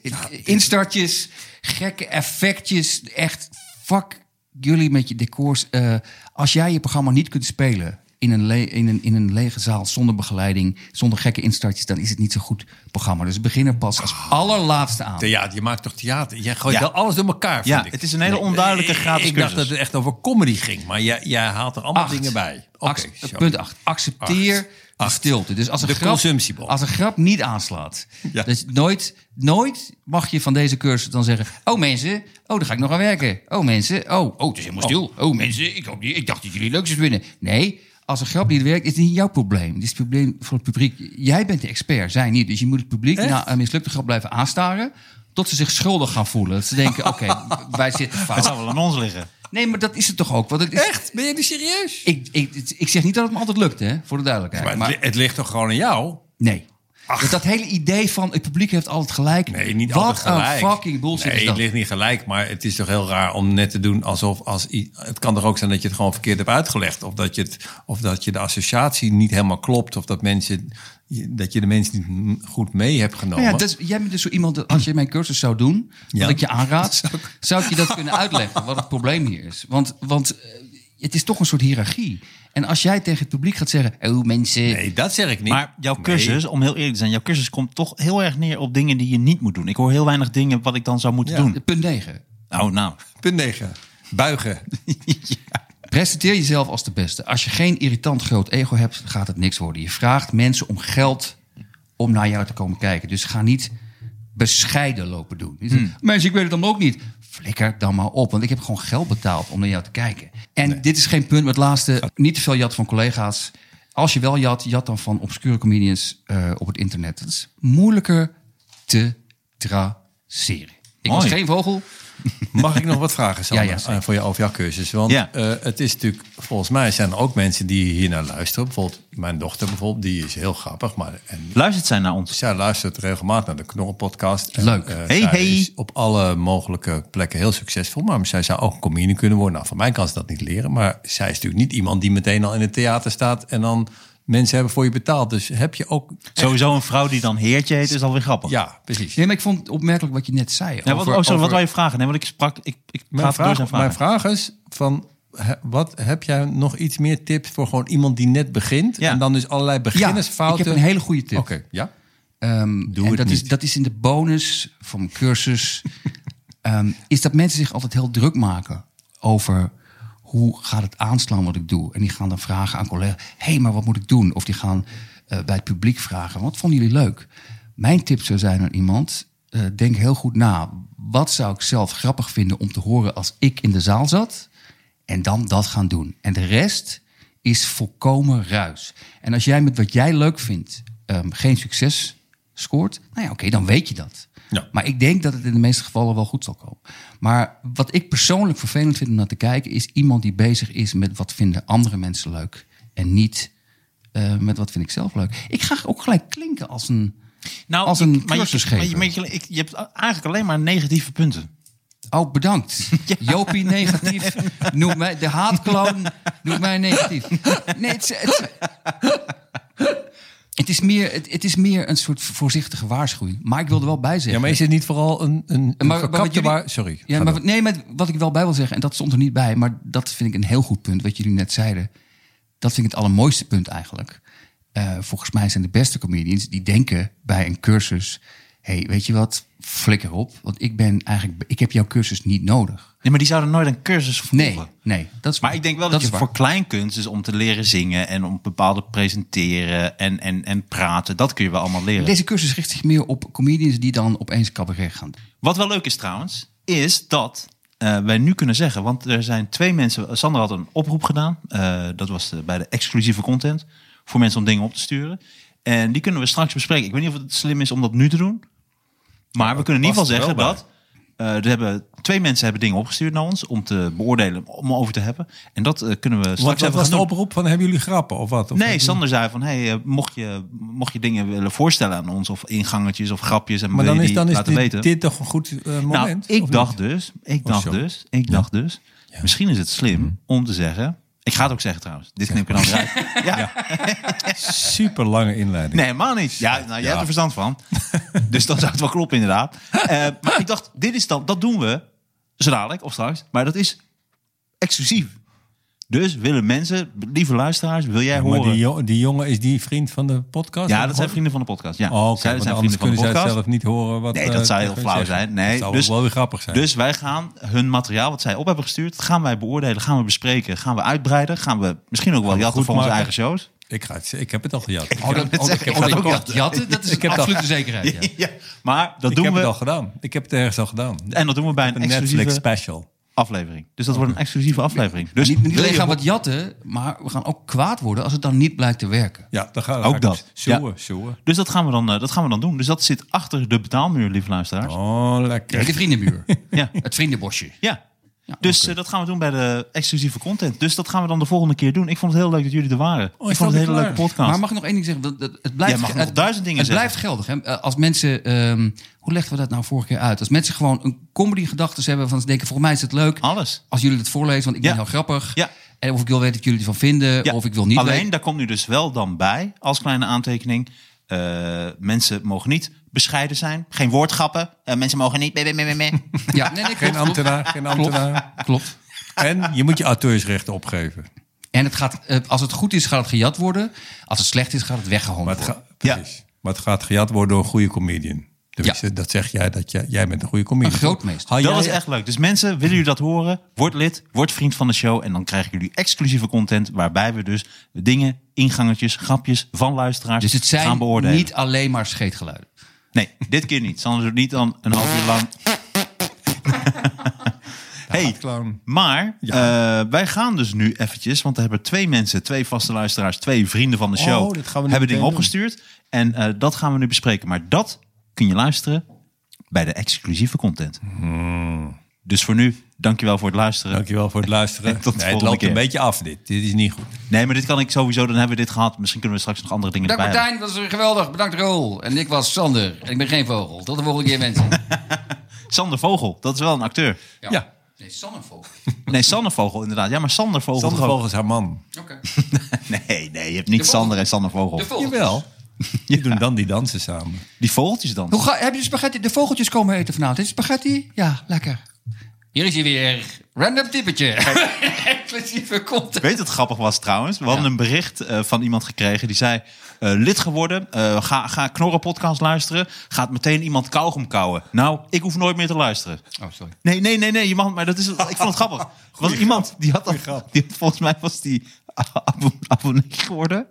instartjes, gekke effectjes. Echt, fuck jullie met je decors. Eh, als jij je programma niet kunt spelen in een, le- in, een, in een lege zaal zonder begeleiding, zonder gekke instartjes, dan is het niet zo'n goed programma. Dus begin er pas als allerlaatste aan. Theater, je maakt toch theater? Jij gooit Ja. wel alles door elkaar, vind Ja, ik. het is een hele onduidelijke ik- gratis Ik dacht dat cursus. het echt over comedy ging, maar jij, jij haalt er allemaal Acht. dingen bij. Oké, Ac- zo. punt 8. Accepteer Acht. de Acht. stilte. Dus als een, De grap, consumptiebal. als een grap niet aanslaat. Ja. Dus nooit, nooit mag je van deze cursus dan zeggen... Oh mensen, oh daar ga ik nog aan werken. Oh mensen, oh, oh het is helemaal stil. Oh, mensen, ik, hoop niet, ik dacht dat jullie leuks winnen. Nee, als een grap niet werkt, is het niet jouw probleem. Dit is het probleem voor het publiek. Jij bent de expert, zij niet. Dus je moet het publiek Echt? na een mislukte grap blijven aanstaren... tot ze zich schuldig gaan voelen. Dat ze denken, oké, wij zitten Het fout. zou wel aan ons liggen. Nee, maar dat is het toch ook? Want het is, Echt? Ben je nu serieus? ik, ik, ik zeg niet dat het me altijd lukt, hè, voor de duidelijkheid. Maar, maar het, li- het ligt toch gewoon aan jou? nee. Dat, dat hele idee van het publiek heeft altijd gelijk. Nee, niet Wat altijd gelijk. een fucking bullshit Nee, is dat. het ligt niet gelijk, maar het is toch heel raar om net te doen alsof... Als, i- het kan toch ook zijn dat je het gewoon verkeerd hebt uitgelegd. Of dat je, het, of dat je de associatie niet helemaal klopt. Of dat, mensen, je- dat je de mensen niet m- goed mee hebt genomen. Nou ja, dat is- jij bent dus zo iemand, dat als je mijn cursus zou doen, Ja. wat ik je aanraad, zou ik je dat kunnen uitleggen, wat het probleem hier is. Want, want eh, het is toch een soort hiërarchie. En als jij tegen het publiek gaat zeggen, oh mensen, nee, dat zeg ik niet. Maar jouw cursus, om heel eerlijk te zijn, jouw cursus komt toch heel erg neer op dingen die je niet moet doen. Ik hoor heel weinig dingen wat ik dan zou moeten Ja. doen. punt 9. Oh, nou. Punt 9. Buigen. Presenteer jezelf als de beste. Als je geen irritant groot ego hebt, gaat het niks worden. Je vraagt mensen om geld om naar jou te komen kijken. Dus ga niet bescheiden lopen doen. Niet Hmm. zeggen, Mensen, ik weet het allemaal ook niet. Flikker dan maar op, want ik heb gewoon geld betaald om naar jou te kijken. En dit is geen punt, maar het laatste. Niet te veel jat van collega's. Als je wel jat, jat dan van obscure comedians eh, op het internet. Dat is moeilijker te traceren. Ik was Mooi. geen vogel. Mag ik nog wat vragen, Sander, Ja, ja, zeker. eh, voor je over jouw cursus? Want Ja. eh, het is natuurlijk, volgens mij zijn er ook mensen die hier naar luisteren. Bijvoorbeeld mijn dochter bijvoorbeeld, die is heel grappig. Maar, en Luistert zij naar ons? Zij luistert regelmatig naar de Knorrelpodcast. En, Leuk. eh, Hey, zij hey. is op alle mogelijke plekken heel succesvol. Maar zij zou ook een comedian kunnen worden. Nou, van mij kan ze dat niet leren. Maar zij is natuurlijk niet iemand die meteen al in het theater staat... en dan mensen hebben voor je betaald. Dus heb je ook... Sowieso een vrouw die dan heertje heet, is alweer grappig. Ja, precies. Nee, maar ik vond het opmerkelijk wat je net zei. Ja, wat, over- oh, sorry, wat over- wou je vragen? Nee, want ik sprak, ik, ik Mijn praat vraag, door zijn mijn vragen. vraag is van... he- Wat, heb jij nog iets meer tips voor gewoon iemand die net begint? Ja. En dan dus allerlei Ja, beginnersfouten... ik heb een hele goede tip. Oké, ja. Ehm, Doe en het dat, Is, niet. dat is in de bonus van mijn cursus. Ehm, is dat mensen zich altijd heel druk maken over hoe gaat het aanslaan wat ik doe. En die gaan dan vragen aan collega's. Hé, hey, maar wat moet ik doen? Of die gaan eh, bij het publiek vragen. Wat vonden jullie leuk? Mijn tip zou zijn aan iemand. eh, denk heel goed na. Wat zou ik zelf grappig vinden om te horen als ik in de zaal zat? En dan dat gaan doen. En de rest is volkomen ruis. En als jij met wat jij leuk vindt ehm, geen succes scoort, nou ja, oké, dan weet je dat. Ja. Maar ik denk dat het in de meeste gevallen wel goed zal komen. Maar wat ik persoonlijk vervelend vind om naar te kijken, is iemand die bezig is met wat vinden andere mensen leuk. En niet eh, met wat vind ik zelf leuk. Ik ga ook gelijk klinken als een, als een Nou, maar je- cursusgever. maar je- maar je- ik- je hebt eigenlijk alleen maar negatieve punten. Oh, bedankt. Jopie negatief. Noem mij de haatkloon. Noem mij negatief. Nee, het, is- het, het is meer, het, het is meer een soort voorzichtige waarschuwing. Maar ik wil er wel bij zeggen. Ja, maar is het niet vooral een, een, een maar wat verkapte jullie- waar- Sorry. Ja, ga maar, door. wat- nee, maar wat ik wel bij wil zeggen, en dat stond er niet bij, maar dat vind ik een heel goed punt, wat jullie net zeiden. Dat vind ik het allermooiste punt eigenlijk. Eh, volgens mij zijn de beste comedians die denken bij een cursus: hé, hey, weet je wat, flikker op, want ik ben eigenlijk, ik heb jouw cursus niet nodig. Nee, maar die zouden nooit een cursus volgen. Nee, nee, dat is Maar waar. ik denk wel dat, is je waar. voor kleinkunst is om te leren zingen en om bepaalde presenteren en, en, en praten. Dat kun je wel allemaal leren. Deze cursus richt zich meer op comedians die dan opeens cabaret gaan doen. Wat wel leuk is trouwens, is dat eh, wij nu kunnen zeggen, want er zijn twee mensen. Sander had een oproep gedaan. eh, dat was de- bij de exclusieve content. Voor mensen om dingen op te sturen. En die kunnen we straks bespreken. Ik weet niet of het slim is om dat nu te doen. Maar we kunnen in ieder geval past er zeggen wel dat. eh, er hebben, twee mensen hebben dingen opgestuurd naar ons om te beoordelen, om over te hebben. En dat eh, kunnen we straks Wat, wat even was gaan de doen. oproep van hebben jullie grappen of wat? Of Nee, wat- Sander zei van, hey, eh, mocht, je, mocht je dingen willen voorstellen aan ons... of ingangetjes of grapjes en Maar wil dan je is, die dan is laten dit, weten. dit toch een goed eh, nou, moment? ik of dacht niet? dus, ik dacht zo. Mhm. dus, ik dacht dus... misschien is het slim om te zeggen... Ik ga het ook zeggen trouwens. Dit knip ik er dan weer uit. Ja. Super lange inleiding. Nee, helemaal niet. Ja, nou, jij hebt er verstand van. dus dan zou het wel kloppen inderdaad. Eh, maar ik dacht, dit is dan, dat doen we zo dadelijk of straks. Maar dat is exclusief. Dus willen mensen, lieve luisteraars, wil jij Maar horen... die, jo- die jongen, is die vriend van de podcast? ja, dat zijn vrienden van de podcast. Ja. Oh, oké, Zij want zijn anders vrienden van de kunnen zij podcast. zelf niet horen wat... Nee, eh, dat zou heel tegen flauw zeggen. zijn. Nee, dat zou dus- wel weer grappig zijn. Dus wij gaan hun materiaal wat zij op hebben gestuurd, gaan wij beoordelen, gaan we bespreken, gaan we uitbreiden, gaan we misschien ook wel we jatten goed van onze maken. eigen shows. ik, ga het, ik heb het al gejat. Ik, Oh, dat, net oh, dat, zeggen, oh, ik dat- had ook dat- jatten, dat is Ik heb een dat- absolute zekerheid. ja. Ja. Maar dat ik doen heb we het al gedaan. Ik heb het ergens al gedaan. en dat doen we bij een Een Netflix Oh. exclusieve special. aflevering. Dus dat wordt een exclusieve aflevering. Dus niet, niet wil alleen je gaan we het jatten, maar we gaan ook kwaad worden als het dan niet blijkt te werken. Ja, dan gaan we Ook ga ik dat. Zoeën, Ja. zoeën. Dus dat gaan, we dan, eh, dat gaan we dan doen. Dus dat zit achter de betaalmuur, lieve luisteraars. Oh, lekker. De vriendenmuur. Ja. Het vriendenbosje. ja. dus oké. eh, dat gaan we doen bij de exclusieve content. Dus dat gaan we dan de volgende keer doen. Ik vond het heel leuk dat jullie er waren. Oh, is dat ik vond het een hele klaar? leuke podcast. Maar mag ik nog één ding zeggen? Dat- dat- Het blijft, Jij mag het, nog duizend dingen het blijft geldig. Hè? Eh, Als mensen, ehm, hoe leggen we dat nou vorige keer uit? Als mensen gewoon een comedy gedachtes hebben van ze denken, volgens mij is het leuk. Alles. Als jullie het voorlezen, want ik Ja. ben heel grappig. Ja. En of ik wil weten wat jullie ervan vinden, Ja, of ik wil niet Alleen, weten. daar komt nu dus wel dan bij, als kleine aantekening. eh, mensen mogen niet bescheiden zijn. Geen woordgrappen. Eh, mensen mogen niet... meh, meh, meh, meh, meh. Ja, nee, nee, klopt, Geen klopt. ambtenaar, geen ambtenaar. Klopt. En je moet je auteursrechten opgeven. En het gaat, eh, als het goed is, gaat het gejat worden. Als het slecht is, gaat het Maar weggehongerd het, worden. ga- precies. maar het gaat gejat worden door een goede comedian. Dus Ja. Dat zeg jij, dat jij, jij bent een goede comedian. Een grootmeester. Haal Dat jij- is echt leuk. Dus mensen, willen jullie dat horen? Word lid, word vriend van de show. En dan krijgen jullie exclusieve content. Waarbij we dus dingen, ingangetjes, grapjes van luisteraars Dus het gaan zijn beoordelen. niet alleen maar scheetgeluiden. Nee, dit keer niet. Sander doet niet dan een half uur lang. hey, clown. maar eh, wij gaan dus nu eventjes, want er hebben twee mensen, twee vaste luisteraars, twee vrienden van de Oh, show, dit gaan we nu hebben dingen meteen opgestuurd. En eh, dat gaan we nu bespreken. Maar dat kun je luisteren bij de exclusieve content. Hmm. Dus voor nu, dankjewel voor het luisteren. Dankjewel voor het luisteren. Tot de nee, het volgende loopt keer. een beetje af dit. Dit is niet goed. Nee, maar dit kan ik sowieso, dan hebben we dit gehad. Misschien kunnen we straks nog andere dingen Bedankt erbij hebben. Martijn, dat was geweldig. Bedankt Roel. En ik was Sander. En ik ben geen vogel. Tot de volgende keer mensen. Sander Vogel, dat is wel een acteur. Ja. Nee, Sander vogel. Nee, Sander Vogel inderdaad. Ja, maar Sander Vogel. Sander toch ook? Vogel is haar man. Oké. Nee, nee, je hebt niet De vogel. Sander en Sander Vogel. De vogel. Jawel. Die doen dan die dansen samen. Die vogeltjes dan. Hoe ga, heb je spaghetti? De vogeltjes komen eten vanavond. Is het spaghetti? Ja, lekker. Hier is hij weer. Random typetje. Exclusieve content. Weet je wat grappig was trouwens? We hadden een bericht eh, van iemand gekregen die zei... eh, lid geworden, eh, ga, ga Knorren podcast luisteren. Gaat meteen iemand kauwgom kauwen. Nou, ik hoef nooit meer te luisteren. Oh, sorry. Nee, nee, nee, nee. Je mag, maar dat is, ik vond het grappig. Want iemand die had dat... grap. Die, volgens mij was die ab- ab- abonnee geworden.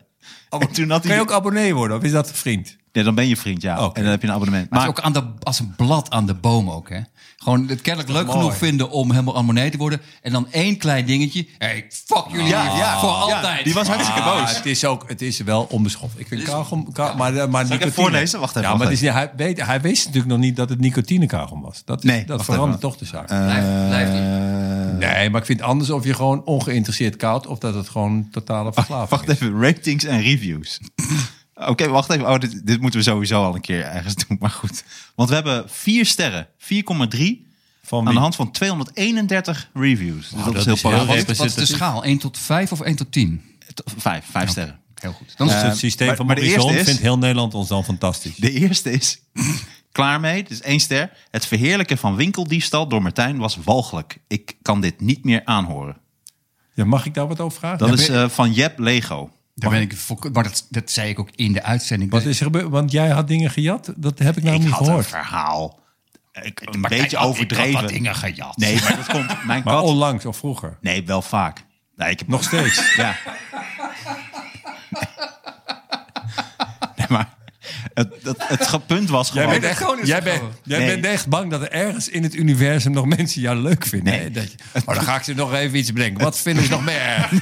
En toen had Kan hij... je ook abonnee worden of is dat een vriend? Nee, dan ben je vriend, ja. Oké. En dan heb je een abonnement. Maar Maar, het is ook aan de, als een blad aan de boom ook, hè? Gewoon het kennelijk leuk mooi? genoeg vinden om helemaal abonnee te worden. En dan één klein dingetje. Hey, fuck jullie hier voor ja, altijd. die was hartstikke Ah, boos. het is ook, het is wel onbeschoft. Ik vind kauwgom, kau- maar, maar het nicotine- voorlezen? Wacht even, Ja, maar wacht het is, hij, weet, hij wist natuurlijk nog niet dat het nicotine kauwgom was. Dat, is- Nee, dat wacht verandert even. Eh. toch de zaak. Blijf, blijf niet. nee, maar ik vind het anders of je gewoon ongeïnteresseerd koud of dat het gewoon totale verslaving Wacht is. even, ratings en reviews. Oké, wacht even. Oh, dit, dit moeten we sowieso al een keer ergens doen, maar goed. Want we hebben vier sterren, 4,3, Van aan de wie? Oh, hand van 231 reviews. Dus dat, dat is heel is heel positief. Wat is, wat is de schaal? 1 tot 5 of 1 tot 10? Vijf, vijf sterren. Heel goed. Dan is het het systeem Eh, maar- van maar de Maurice eerste Hond is- vindt heel Nederland ons dan fantastisch. De eerste is, klaar mee, dus één ster. Het verheerlijken van winkeldiefstal door Martijn was walgelijk. Ik kan dit niet meer aanhoren. Ja, mag ik daar wat over vragen? Dat Ja, is maar- eh, van Jep Lego. Daar ben ik voor, maar dat, dat zei ik ook in de uitzending. Wat is er gebeurd? Want jij had dingen gejat? Dat heb ik nou Ik niet had een gehoord. verhaal. Ik, een Maar beetje kijk, oh, ik had overdreven. wat dingen gejat. Nee, maar dat komt... Mijn Maar kat... onlangs of vroeger? Nee, wel vaak. Nee, ik heb Nog steeds? Ja. Nee, maar het, het, het ge- punt was gewoon... Jij bent dat echt, gewoon is jij het bent, gewoon. jij Nee. bent echt bang dat er ergens in het universum nog mensen jou leuk vinden. Nee. hè? Dat je, maar dan ga ik ze nog even iets brengen. Wat vinden ze nog meer? erg?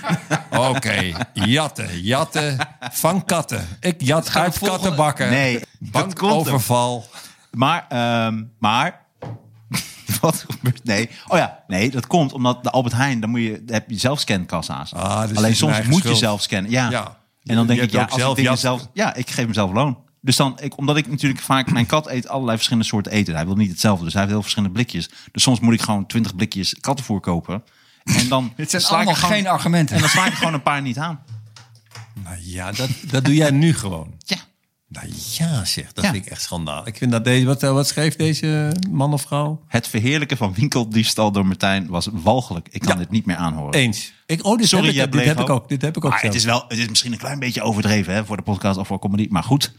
Oké, jatten, jatten, van katten. Ik jat gaan we uit volgende- kattenbakken. Nee, dat komt hem. Bankoverval. Maar, ehm, maar... Wat gebeurt? Nee. Oh ja, nee, dat komt omdat de Albert Heijn, dan moet je, daar heb je zelf scankassa's. Ah, dus het is Alleen mijn soms moet eigen je schuld. zelf scannen. Ja. Ja. En dan Je denk hebt ik, ja, ook als zelf ik dingen jas- zelf, ja, ik geef mezelf loon. Dus dan, ik, omdat ik natuurlijk vaak, mijn kat eet allerlei verschillende soorten eten. Hij wil niet hetzelfde, dus hij heeft heel verschillende blikjes. Dus soms moet ik gewoon twintig blikjes kattenvoer kopen. En dan Het zijn sla ik allemaal gewoon- geen argumenten. En dan sla ik er gewoon een paar niet aan. Nou ja, dat, dat doe jij nu gewoon. Ja. Nou ja, zeg. Dat Ja. vind ik echt schandalig. Ik vind dat deze, wat, eh, wat schreef deze man of vrouw? Het verheerlijken van winkeldiefstal door Martijn was walgelijk. Ik kan dit niet meer aanhoren. Eens. Ah, Ik, oh, dit Sorry, heb ik, jij dit heb bleef ik ook. Dit heb ik ook Maar het zelf. is, wel, het is misschien een klein beetje overdreven hè, voor de podcast of voor comedy. Maar goed.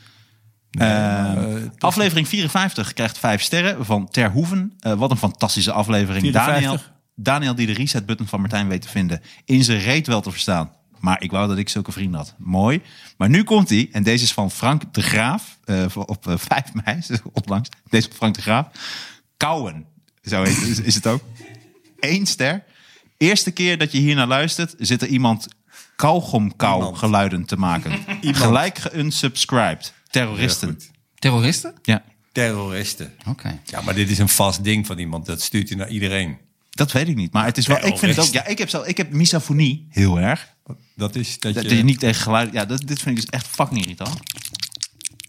Ehm, aflevering 54 krijgt vijf sterren van Terhoeven. Eh, wat een fantastische aflevering. 54. Daniel, Daniel die de resetbutton van Martijn weet te vinden. In zijn reet wel te verstaan. Maar ik wou dat ik zulke vrienden had. Mooi. Maar nu komt hij. En deze is van Frank de Graaf. eh, van- op eh, 5 mei, dus onlangs. Deze van Frank de Graaf. Kouwen. Zo heet, is, is het ook. Eén ster. Eerste keer dat je hier naar luistert, zit er iemand kauwgomkauw geluiden te maken. Gelijk geunsubscribed. Terroristen. Terroristen? Ja, Terroristen. Oké. Ja, maar dit is een vast ding van iemand. Dat stuurt hij naar iedereen. dat weet ik niet. Maar het is wel. Ik vind het ook. Ja, ik heb zelf. Ik heb misofonie heel erg. Dat is dat, Dat je... je niet tegen geluid. Ja, dat, dit vind ik dus echt fucking irritant.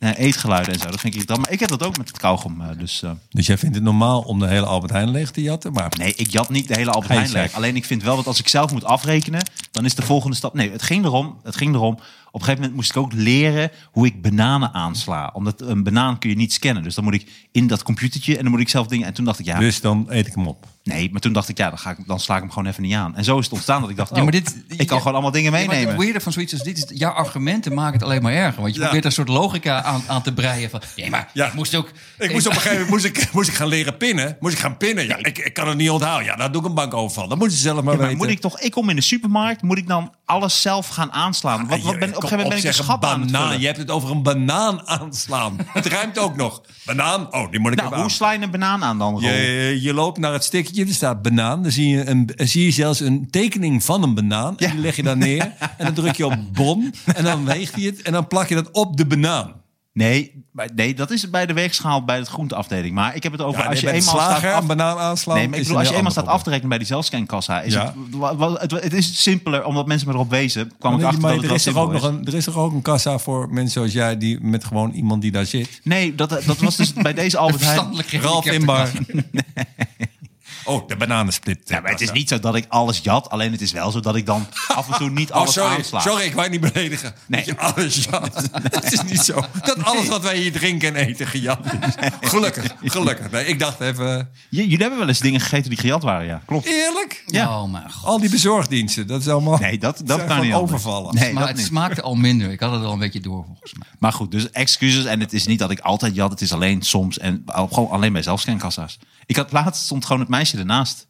Nee, eetgeluiden en zo. Dat vind ik irritant. Maar ik heb dat ook met het kauwgom. eh, Dus eh, Dus jij vindt het normaal om de hele Albert Heijn leeg te jatten? Maar nee, ik jat niet de hele Albert Geen Heijn leeg. seks. Alleen ik vind wel dat als ik zelf moet afrekenen, dan is de volgende stap. Nee, het ging erom. Het ging erom. Op een gegeven moment moest ik ook leren hoe ik bananen aansla. Omdat een banaan kun je niet scannen. Dus dan moet ik in dat computertje en dan moet ik zelf dingen. En toen dacht ik, ja, Dus dan eet ik hem op. Nee, maar toen dacht ik, ja, dan, ga ik, dan sla ik hem gewoon even niet aan. En zo is het ontstaan dat ik dacht, oh, Ja, maar dit- ik kan ja, gewoon allemaal dingen Nee, maar meenemen. het weirde van zoiets als dit is, jouw argumenten maken het alleen maar erger. Want je probeert een soort logica aan, aan te breien van, nee, maar Ja. ik moest ook... Ik moest op een gegeven moment moest ik, moest ik gaan leren pinnen. Moest ik gaan pinnen? Ja, ik, ik kan het niet onthouden. Ja, daar doe ik een bankoverval. Dat moet je zelf maar Ja, maar weten. moet ik toch, ik kom in de supermarkt, moet ik dan alles zelf gaan aanslaan? Wat, wat ben, op een gegeven moment ben ik een schap aan het banaan. vullen. Je hebt het over een banaan aanslaan. het ruimt ook nog. Banaan? Oh, die moet ik Nou, even hoe aan. sla Oh. je een banaan aan dan? Roel? Je, je loopt naar het stikketje, er staat banaan. Dan zie je, een, dan zie je zelfs een tekening van een banaan. En die leg je dan neer. En dan druk je op bon. En dan weegt hij het. En dan plak je dat op de banaan. Nee, maar- nee, dat is het bij de weegschaal bij de groenteafdeling. Maar ik heb het over Ja, als je bij de eenmaal staat slager af... een banaan aanslaan. Nee, maar ik is bedoel, als je een heel eenmaal staat ander af te rekenen bij die zelfscankassa, is Ja. het, wa- wa- het, het is simpeler, omdat mensen me erop wezen, kwam Maar ik nee, achter maar dat het er, wel is toch ook simpel is. nog een, er is toch ook een kassa voor mensen zoals jij, die met gewoon iemand die daar zit. Nee, dat, dat was dus bij deze Albert Heijn. verstandelijk Ralf gehandicapte Inbar. kassa. Oh, de bananensplit. Ja, maar het is niet zo dat ik alles jat. Alleen het is wel zo dat ik dan af en toe niet Oh, alles sorry, aansla. sorry, ik wou je niet beledigen. Nee. Dat je alles jat. Het is niet zo. Dat alles wat wij hier drinken en eten gejat is. Gelukkig, gelukkig. Nee, ik dacht even, J- jullie hebben wel eens dingen gegeten die gejat waren, ja. Klopt. eerlijk? Ja. Oh mijn god. Al die bezorgdiensten, dat is allemaal... Nee, dat, dat Oh, zijn kan gewoon niet anders. overvallen. Nee, maar dat het niet. smaakte al minder. Ik had het al een beetje door volgens mij. Maar goed, dus excuses. En het is niet dat ik altijd jat. Het is alleen soms. En al- gewoon alleen bij zelfscankassa's. Ik had laatst stond gewoon het meisje ernaast.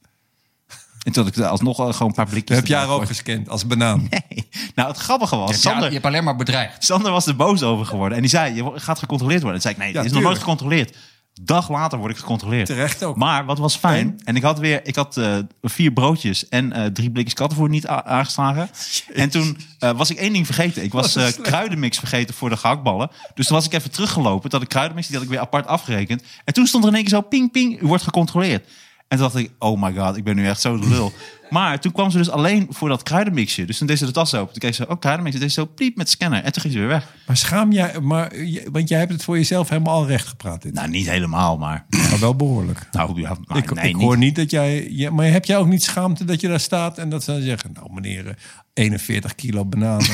En toen had ik er alsnog eh, gewoon een paar blikjes. Heb jij haar erbij ook gescand als banaan? gegooid. Nee. Nou, het grappige was, Ja, je Sander, hebt alleen maar bedreigd. Sander was er boos over geworden. En die zei, je wo- gaat gecontroleerd worden. En zei ik, nee, Ja, het is nog nooit tuurlijk. gecontroleerd. Dag later word ik gecontroleerd. Terecht ook. Maar wat was fijn. En ik had weer, ik had eh, vier broodjes en eh, drie blikjes kattenvoer niet a- aangeslagen. En toen eh, was ik één ding vergeten. Ik was eh, kruidenmix vergeten voor de gehaktballen. Dus toen was ik even teruggelopen. Dat ik kruidenmix, die had ik weer apart afgerekend. En toen stond er in één keer zo ping ping, u wordt gecontroleerd. En toen dacht ik, oh my god, ik ben nu echt zo de lul. Maar toen kwam ze dus alleen voor dat kruidenmixje. Dus toen deed ze de tas open. Toen keek ze, oh kruidenmix. Toen deed ze zo pliep met de scanner. En toen ging ze weer weg. Maar schaam jij... Maar, je- want jij hebt het voor jezelf helemaal al recht gepraat. Dit. Nou, niet helemaal, maar... Maar wel behoorlijk. Nou, ja, maar ik, nee, ik niet hoor niet dat jij... Ja, maar heb jij ook niet schaamte dat je daar staat en dat ze dan zeggen... Nou meneer, eh, 41 kilo bananen.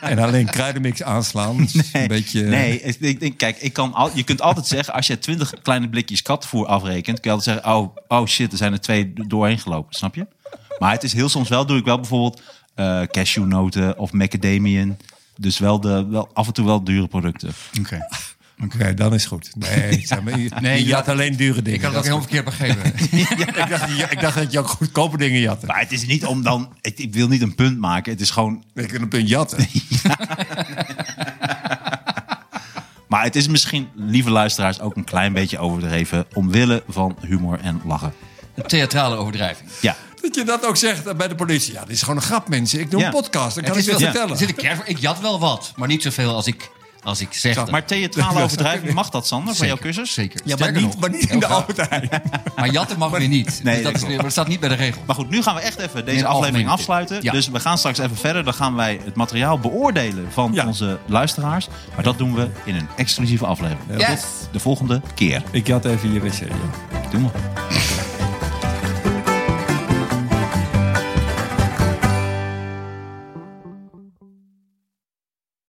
eh, en alleen kruidenmix aanslaan. Dat is een beetje... eh, Nee, ik ik denk, kijk, ik kan al, je kunt altijd zeggen, als je 20 kleine blikjes katvoer afrekent, kun je altijd zeggen, oh, oh shit, er zijn er twee do- doorheen gelopen, snap je? Maar het is heel soms wel, doe ik wel bijvoorbeeld eh, cashewnoten of macadamian. Dus wel, de, wel af en toe wel dure producten. Oké. Oké, dan is goed. Nee, zeg maar, je, Nee, je je jat had- alleen dure dingen. Ik had het ook Dat helemaal verkeerd begrepen. is- ik, dacht, ja, ik dacht dat je ook goedkope dingen jatte. Maar het is niet om dan, ik, ik wil niet een punt maken, het is gewoon, Ik kan een punt jatten. maar het is misschien, lieve luisteraars, ook een klein beetje overdreven omwille van humor en lachen. Een theatrale overdrijving. Ja, Dat je dat ook zegt bij de politie. Ja, dit is gewoon een grap, mensen. Ik doe Ja. een podcast, dan kan Het ik is dit wel, vertellen. er zit een kern van, ik jat wel wat, maar niet zoveel als ik, als ik zeg. dat. maar theatrale overdrijving, mag dat Sander, van jouw cursus? Zeker. Ja, maar Sterker niet, nog, maar niet in heel de graag. Albert Heijn. Maar jatten mag weer niet. Nee, dus dat, dat is weer, maar dat staat niet bij de regel. Maar goed, nu gaan we echt even deze Meer aflevering algemene afsluiten. tip. Ja. Dus we gaan straks even verder. Dan gaan wij het materiaal beoordelen van Ja. onze luisteraars. Maar dat doen we in een exclusieve aflevering. Yes. De volgende keer. Ik jat even je wc. Ja. Doen we.